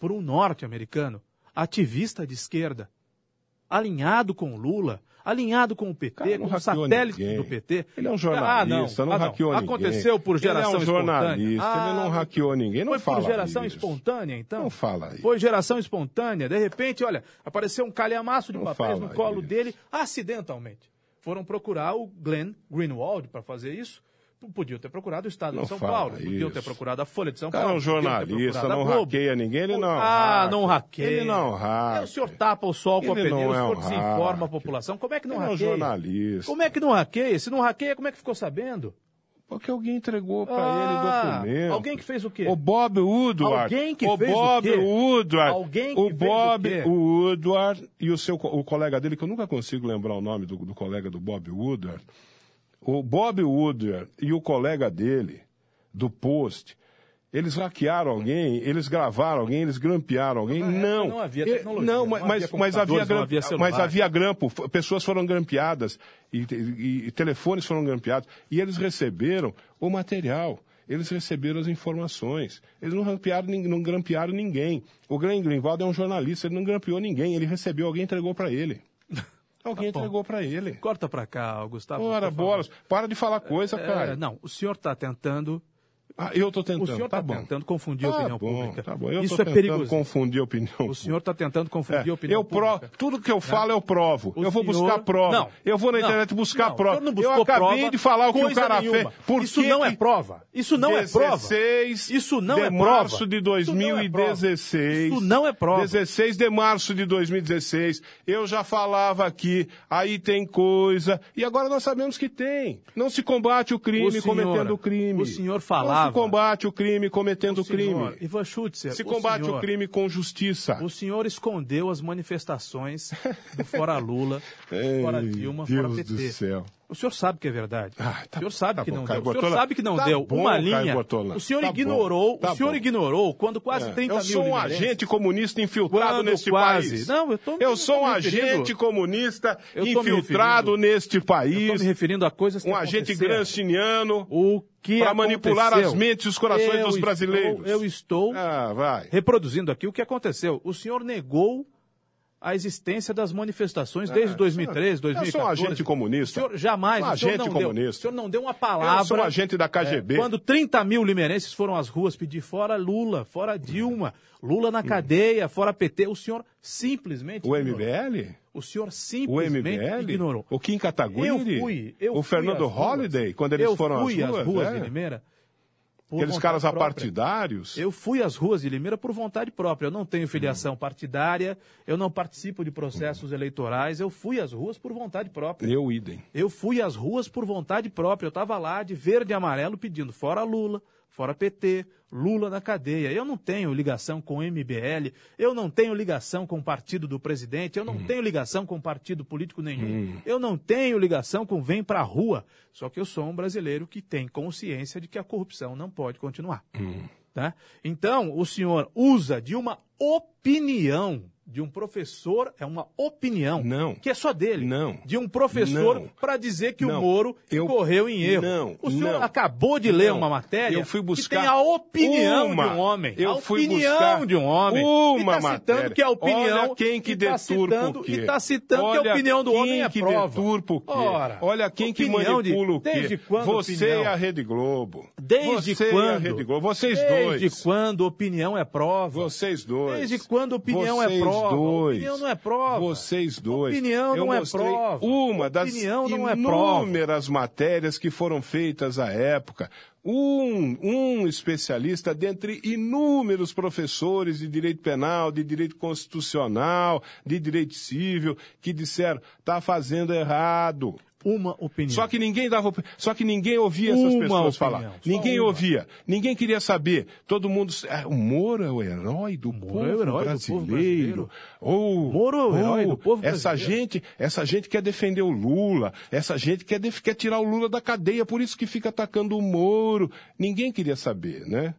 por um norte-americano, ativista de esquerda, alinhado com o Lula, alinhado com o PT, Cara, não com o hackeou satélite ninguém. do PT. Ele é um Ah, não. jornalista, não, Ah, hackeou ninguém. Aconteceu por geração Ele é um jornalista, espontânea. ele não Ah, hackeou ninguém. Não foi fala por geração isso. espontânea, então? Não fala isso. Foi geração espontânea. De repente, olha, apareceu um calhamaço de Não papéis no fala colo isso. dele, acidentalmente. Foram procurar o Glenn Greenwald para fazer isso. P- Podiam ter procurado o Estado Não de São fala Paulo, podiam ter isso. procurado a Folha de São Cara, é Paulo. um podiam ter jornalista, procurado a não Globo. hackeia ninguém, ele não Ah, hackeia. não hackeia. Ele não hackeia. É, o senhor tapa o sol com a Ele peneira, não o é senhor um desinforma a hacker. população. Como é que não Ele é um hackeia? jornalista. Como é que não hackeia? Se não hackeia, como é que ficou sabendo? Porque alguém entregou pra Ah, ele documento. alguém que fez o quê? O Bob Woodward. Alguém que o fez o Bob quê? Woodward. Alguém que o fez o Bob quê? Woodward e o seu co- o colega dele, que eu nunca consigo lembrar o nome do, do colega do Bob Woodward. O Bob Woodward e o colega dele, do Post, eles hackearam alguém, eles gravaram alguém, eles grampearam alguém. época Não. não havia Eh, tecnologia, Não, não mas, havia mas- mas havia, computadores, não grampo- havia celular. mas havia havia grampo, f- pessoas foram grampeadas e, e- e telefones foram grampeados e eles receberam o material. Eles receberam as informações. Eles não grampearam, nin- não grampearam ninguém. O Glenn Greenwald é um jornalista, ele não grampeou ninguém. Ele recebeu, alguém entregou para ele. Alguém Tá bom. entregou para ele. Corta pra cá, Gustavo. Ora, por favor. bolas, Tá para de falar coisa, É, cara. não, o senhor está tentando Ah, eu tô tentando, O senhor tá está bom. tentando confundir a Tá opinião bom, pública. Tá bom, eu Isso tô é tentando perigoso. confundir a opinião O pública. senhor está tentando É, confundir a opinião eu pro, pública. né? tudo que eu falo eu provo. O eu vou senhor- buscar prova. Não. eu vou na Não. internet buscar Não, o prova. senhor não eu buscou acabei prova, de falar o que o coisa cara nenhuma. fez. Por Isso que não é que prova. Isso não é prova. 16 Isso não de é prova. março de Isso não é prova. 2016. Isso não é prova. 16 de março de 2016. Eu já falava aqui, aí tem coisa. E agora nós sabemos que tem. Não se combate o crime O senhor- cometendo crime. o senhor Não falava- se combate o crime cometendo Senhor, crime. Ivan Schutzer, Se combate É, senhor, o crime com justiça. O senhor escondeu as manifestações do Fora Lula, Ei, Fora Dilma, Fora Deus PT. do céu. O senhor sabe que é verdade. Ah, tá- o senhor sabe tá que bom, não Caio deu. O senhor Bortola. sabe que não Tá deu bom, uma Caio linha. Bortola. O senhor Tá bom, ignorou, tá o senhor bom. ignorou quando quase É, 30 eu mil sou um limerenses- agente comunista infiltrado Quando neste quase. país. Não, eu tô me- eu sou eu tô um me referindo- agente comunista Eu tô me infiltrado referindo- neste Estou me país. referindo a coisas que Um agente aconteceram. granciniano O que para manipular aconteceu? as mentes e os corações Eu dos estou- brasileiros. eu estou Ah, vai. reproduzindo aqui o que aconteceu. O senhor negou a existência das É, manifestações desde 2013, eu sou um 2014. agente comunista. O senhor jamais, Sou um o senhor agente não deu. comunista. O senhor não deu uma palavra. é, Eu sou um agente da KGB. Quando 30 mil limerenses foram às ruas pedir fora Lula, fora Dilma, Lula na cadeia, fora PT, o senhor simplesmente Hum. O ignorou. MBL? O senhor O simplesmente MBL? ignorou. O Kim Kataguiri? Eu fui, eu o fui Fernando às ruas. Holliday, quando eles eu foram fui às ruas? é? de Limeira. por Aqueles vontade caras própria. apartidários? Eu fui às ruas de Limeira por vontade própria. Eu não tenho filiação partidária, eu não participo de processos eleitorais. Eu fui às ruas por vontade própria. Eu, idem. Eu fui às ruas por vontade própria. Eu estava lá de verde e amarelo pedindo fora Lula, fora PT, Lula na cadeia. Eu não tenho ligação com o MBL, eu não tenho ligação com o partido do presidente, eu não tenho ligação com partido político nenhum. Eu não tenho ligação com vem pra rua. Só que eu sou um brasileiro que tem consciência de que a corrupção não pode continuar. Tá? Então, o senhor usa de uma opinião de um professor, é uma opinião Não. que é só dele, Não. de um professor Não. para dizer que Não. o Moro Eu- correu em erro. Não, o senhor não. acabou de ler Não. uma matéria Eu fui buscar que tem a opinião uma. de um homem. Eu a fui opinião buscar de um homem. uma e tá matéria. citando que a opinião. Olha quem que e tá deturpa o citando- quê? E está citando que Olha a opinião do quem homem é que prova. deturpa o quê? Ora, Olha quem que opinião manipula de- o quê? Desde quando Você opinião? e a Rede Globo. Desde Você quando? e a Rede Globo. Vocês Desde dois. quando opinião é prova? Vocês dois. Desde quando opinião Vocês é prova? Dois. Opinião não é prova. Vocês dois. Opinião Eu não é mostrei prova. Uma das Opinião não é prova. inúmeras matérias que foram feitas à época. Um, um especialista, dentre inúmeros professores de direito penal, de direito constitucional, de direito civil, que disseram, está fazendo errado. Uma opinião. Só que ninguém dava, opi- só que ninguém ouvia essas Hum. Uma pessoas opinião, falar. só Ninguém uma. ouvia, ninguém queria saber. Todo mundo, ah, o Moro é o herói do povo é o herói do povo brasileiro. brasileiro. Ou, Moro é o ou, herói do povo essa brasileiro. gente, essa gente quer defender o Lula, essa gente quer def- quer tirar o Lula da cadeia, por isso que fica atacando o Moro. Ninguém queria saber, né?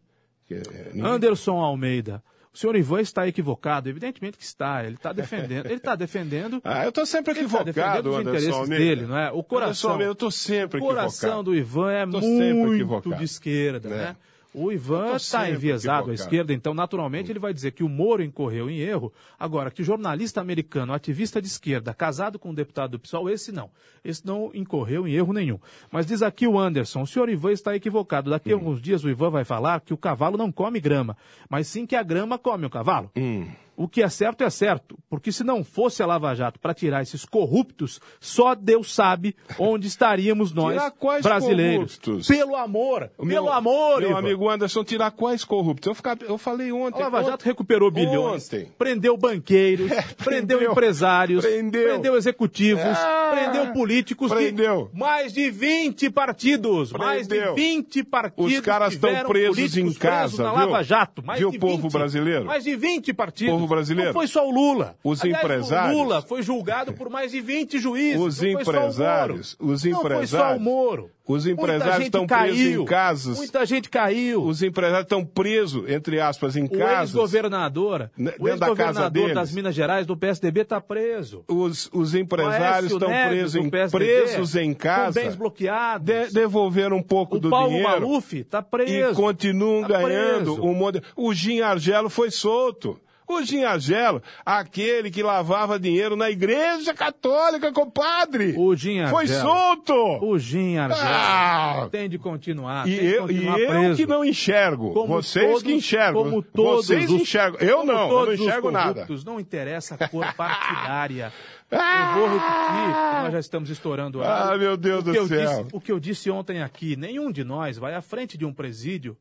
Que- é, Ah, ninguém- Anderson Almeida. O senhor Ivan está equivocado, evidentemente que está. Ele está defendendo. Ele está defendendo. Ah, eu estou sempre Ele tá equivocado, defendendo os Anderson interesses Almeida. dele, não é? O coração- Anderson Almeida, eu estou sempre O coração equivocado. do Ivan é Tô sempre muito equivocado. de esquerda, É. né? O Ivan tô está sempre enviesado à equivocado. esquerda, então naturalmente ele vai dizer que o Moro incorreu em erro. Agora, que jornalista americano, ativista de esquerda, casado com um deputado do PSOL, esse não. Esse não incorreu em erro nenhum. Mas diz aqui o Anderson, o senhor Ivan está equivocado. Hum. Daqui a alguns dias o Ivan vai falar que o cavalo não come grama, mas sim que a grama come o cavalo. Hum. O que é certo é certo, porque se não fosse a Lava Jato para tirar esses corruptos, só Deus sabe onde estaríamos nós Tirar quais brasileiros. corruptos? Pelo amor, O pelo amor, meu Ivan. amigo Anderson, tirar quais corruptos? Eu, fica- eu falei A ontem. Lava Jato ontem- recuperou bilhões, Ontem. prendeu banqueiros, prendeu, prendeu, empresários, prendeu. executivos, Ah, prendeu políticos. que- prendeu. mais de 20 partidos, mais de Prendeu. 20 partidos. Os caras tão tiveram presos políticos em casa, presos na viu? Lava Jato. Mais Viu, de povo 20, brasileiro? Mais de 20 partidos. Povo brasileiro? Não foi só o Lula. Os Aliás, empresários? O Lula foi julgado por mais de 20 juízes. Os não foi só o Moro. empresários, os Não foi só o empresários. Moro. Os Muita empresários gente estão presos caiu, em casas. Muita gente caiu. Os empresários estão presos, entre aspas, em O casas. ex-governador, Né, o dentro da casa ex-governador deles. das Minas Gerais do PSDB está tá preso. Os, os empresários Aécio estão Neves, presos do em, PSDB, presos em Com bens casa, bloqueados. de, devolveram um pouco o do Paulo dinheiro Maluf está e preso. continuam Tá ganhando preso. um monte. O Gin Argelo foi solto. O Gin Argelo, aquele que lavava dinheiro na igreja católica, compadre. O Jim Argelo. Foi solto. O Jim Argel. Ah! Tem de continuar. E tem de eu, e continuar eu preso. que não enxergo. Como Vocês que todos- enxergam. Como todos Vocês os- enxergam. Eu como não, eu não todos os enxergo nada. corruptos, Não interessa a cor partidária. Ah! Eu vou repetir, porque nós já estamos estourando o horário. Ah, meu Deus O do que eu céu. disse- é o que eu disse ontem aqui, nenhum de nós vai à frente de um presídio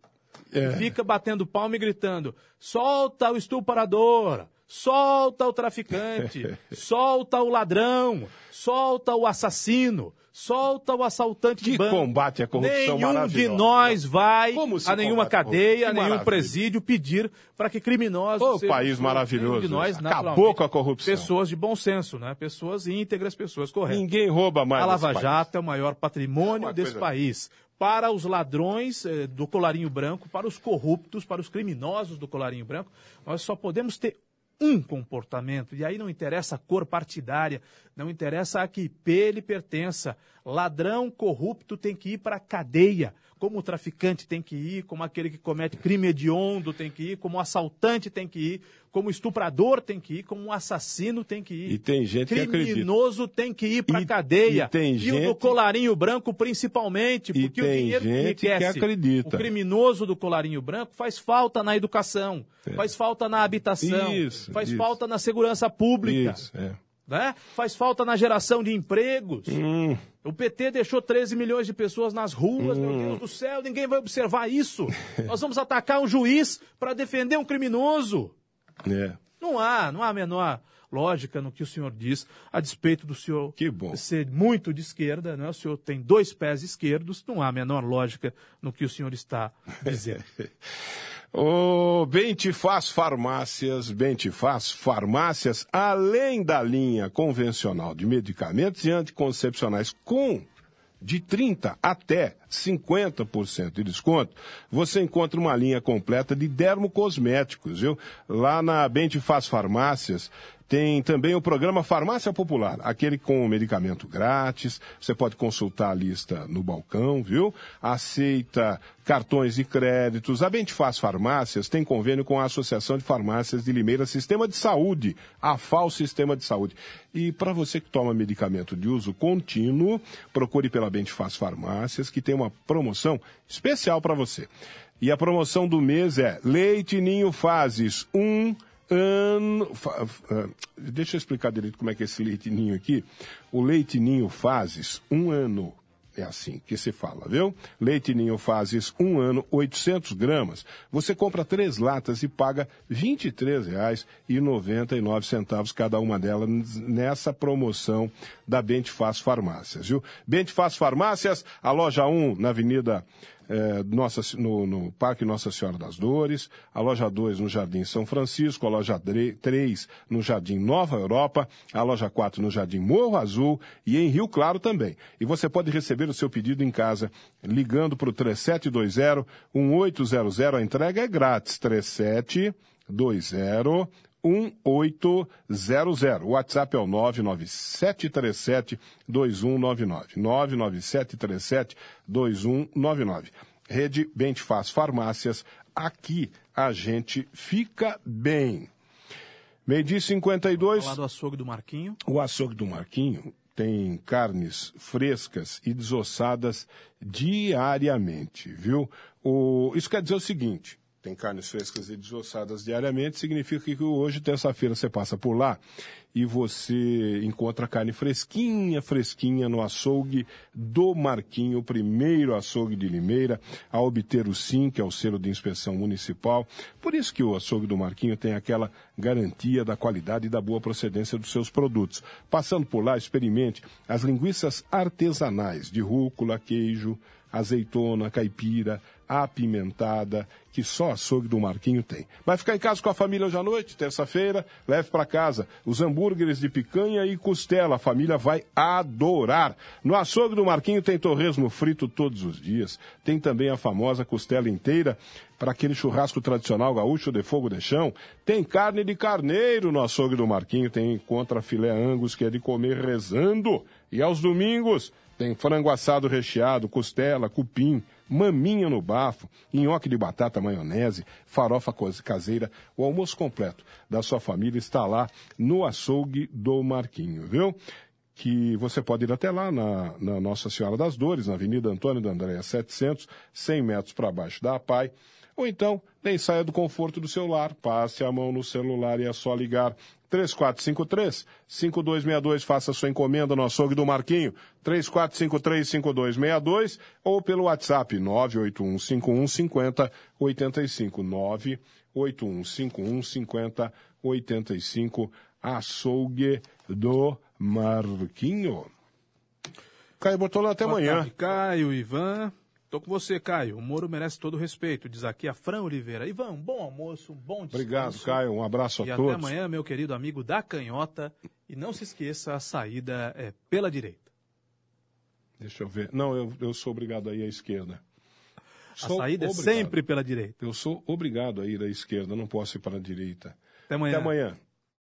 É. e fica batendo palma e gritando: solta o estuprador! Solta o traficante, solta o ladrão, solta o assassino, solta o assaltante Que de banco. combate à corrupção Nenhum de maravilhoso. nós vai Como se a nenhuma combate a corrupção? Que cadeia, a nenhum maravilha. presídio pedir para que criminosos Ô, sejam país soltos. maravilhoso. Nenhum de nós, Acabou naturalmente, com a corrupção. Pessoas de bom senso, né? Pessoas íntegras, pessoas corretas. Ninguém rouba mais. A um- Lava nesse país. Jato é o maior patrimônio Uma desse coisa- país. Para os ladrões eh, do colarinho branco, para os corruptos, para os criminosos do colarinho branco, nós só podemos ter um comportamento. E aí não interessa a cor partidária, não interessa a que IP ele pertença. Ladrão corrupto tem que ir para a cadeia. Como o traficante tem que ir, como aquele que comete crime hediondo tem que ir, como o assaltante tem que ir, como o estuprador tem que ir, como o assassino tem que ir. E tem gente que acredita. Criminoso tem que ir para E- cadeia. e tem o do gente- colarinho branco, principalmente, E porque o tem dinheiro gente que enriquece. acredita. O criminoso do colarinho branco faz falta na educação, faz falta na habitação, É. Isso, faz isso. falta na segurança pública, Isso, é. né? faz falta na geração de empregos. Hum, O PT deixou 13 milhões de pessoas nas ruas, meu Hum. Deus do céu, ninguém vai observar isso. Nós vamos atacar um juiz para defender um criminoso. é. Não há, não há a menor lógica no que o senhor diz, a despeito do senhor Que bom. ser muito de esquerda, né? o senhor tem dois pés esquerdos, não há a menor lógica no que o senhor está dizendo. O Bem Te Faz Farmácias, Bem Te Faz Farmácias, além da linha convencional de medicamentos e anticoncepcionais com de 30 até 50% de desconto, você encontra uma linha completa de dermocosméticos, viu? Lá na Bem Te Faz Farmácias, tem também o programa Farmácia Popular, aquele com o medicamento grátis. Você pode consultar a lista no balcão, viu? Aceita cartões de créditos. A Bente Faz Farmácias tem convênio com a Associação de Farmácias de Limeira Sistema de Saúde, a FAO Sistema de Saúde. E para você que toma medicamento de uso contínuo, procure pela Bente Faz Farmácias, que tem uma promoção especial para você. E a promoção do mês é Leite Ninho Fases 1. Ano- fa- fa- Deixa eu explicar direito como é que é esse leitinho aqui. O leitinho fazes um ano. É assim que se fala, viu? Leitinho fazes um ano, 800 gramas. Você compra três latas e paga R$ 23,99 cada uma delas nessa promoção da Bente Faz Farmácias, viu? Bente Faz Farmácias, a loja 1 na Avenida eh, Nossa, Se- no, no Parque Nossa Senhora das Dores, a loja 2 no Jardim São Francisco, a loja 3 no Jardim Nova Europa, a loja 4 no Jardim Morro Azul e em Rio Claro também. E você pode receber o seu pedido em casa ligando para o 3720-1800. A entrega é grátis. 3720 1800. O WhatsApp é o 99737 2199. 99737 2199. Rede Bem Te Faz Farmácias. Aqui a gente fica bem. Meio-dia e 52. Falar do açougue do Marquinho, O açougue do Marquinho tem carnes frescas e desossadas diariamente, viu? O- Isso quer dizer o seguinte: tem carnes frescas e desossadas diariamente, significa que hoje, terça-feira, você passa por lá e você encontra carne fresquinha, fresquinha no açougue do Marquinho, o primeiro açougue de Limeira, a obter o SIM, que é o selo de inspeção municipal. Por isso que o açougue do Marquinho tem aquela garantia da qualidade e da boa procedência dos seus produtos. Passando por lá, experimente as linguiças artesanais de rúcula, queijo, azeitona, caipira, apimentada, que só açougue do Marquinho tem. Vai ficar em casa com a família hoje à noite, terça-feira, leve para casa os hambúrgueres de picanha e costela. A família vai adorar. No açougue do Marquinho tem torresmo frito todos os dias. Tem também a famosa costela inteira para aquele churrasco tradicional gaúcho de fogo de chão. Tem carne de carneiro no açougue do Marquinho, tem contra filé angus que é de comer rezando. E aos domingos tem frango assado recheado, costela, cupim, maminha no bafo, nhoque de batata, maionese, farofa co- caseira. O almoço completo da sua família está lá no açougue do Marquinho, viu? Que você pode ir até lá na, na Nossa Senhora das Dores, na Avenida Antônio da Andréia 700, 100 metros para baixo da APAI. Ou então, nem saia do conforto do seu lar, passe a mão no celular e é só ligar 3453-5262, faça sua encomenda no açougue do Marquinho, 3453-5262 ou pelo WhatsApp 981-5150-85, 981-5150-85. 85, açougue do Marquinho. Caio Bortolão, até amanhã. Tarde, Caio, Ivan. Tô com você, Caio. O Moro merece todo o respeito. Diz aqui a Fran Oliveira. Ivan, um bom almoço, um bom descanso. Obrigado, Caio. Um abraço a e todos. até amanhã, meu querido amigo da canhota. E não se esqueça, a saída é pela direita. Deixa eu ver. Não, eu, eu sou obrigado a ir à esquerda. Sou a saída é obrigado. é sempre pela direita. Eu sou obrigado a ir à esquerda, não posso ir para a direita. Até amanhã. Até amanhã.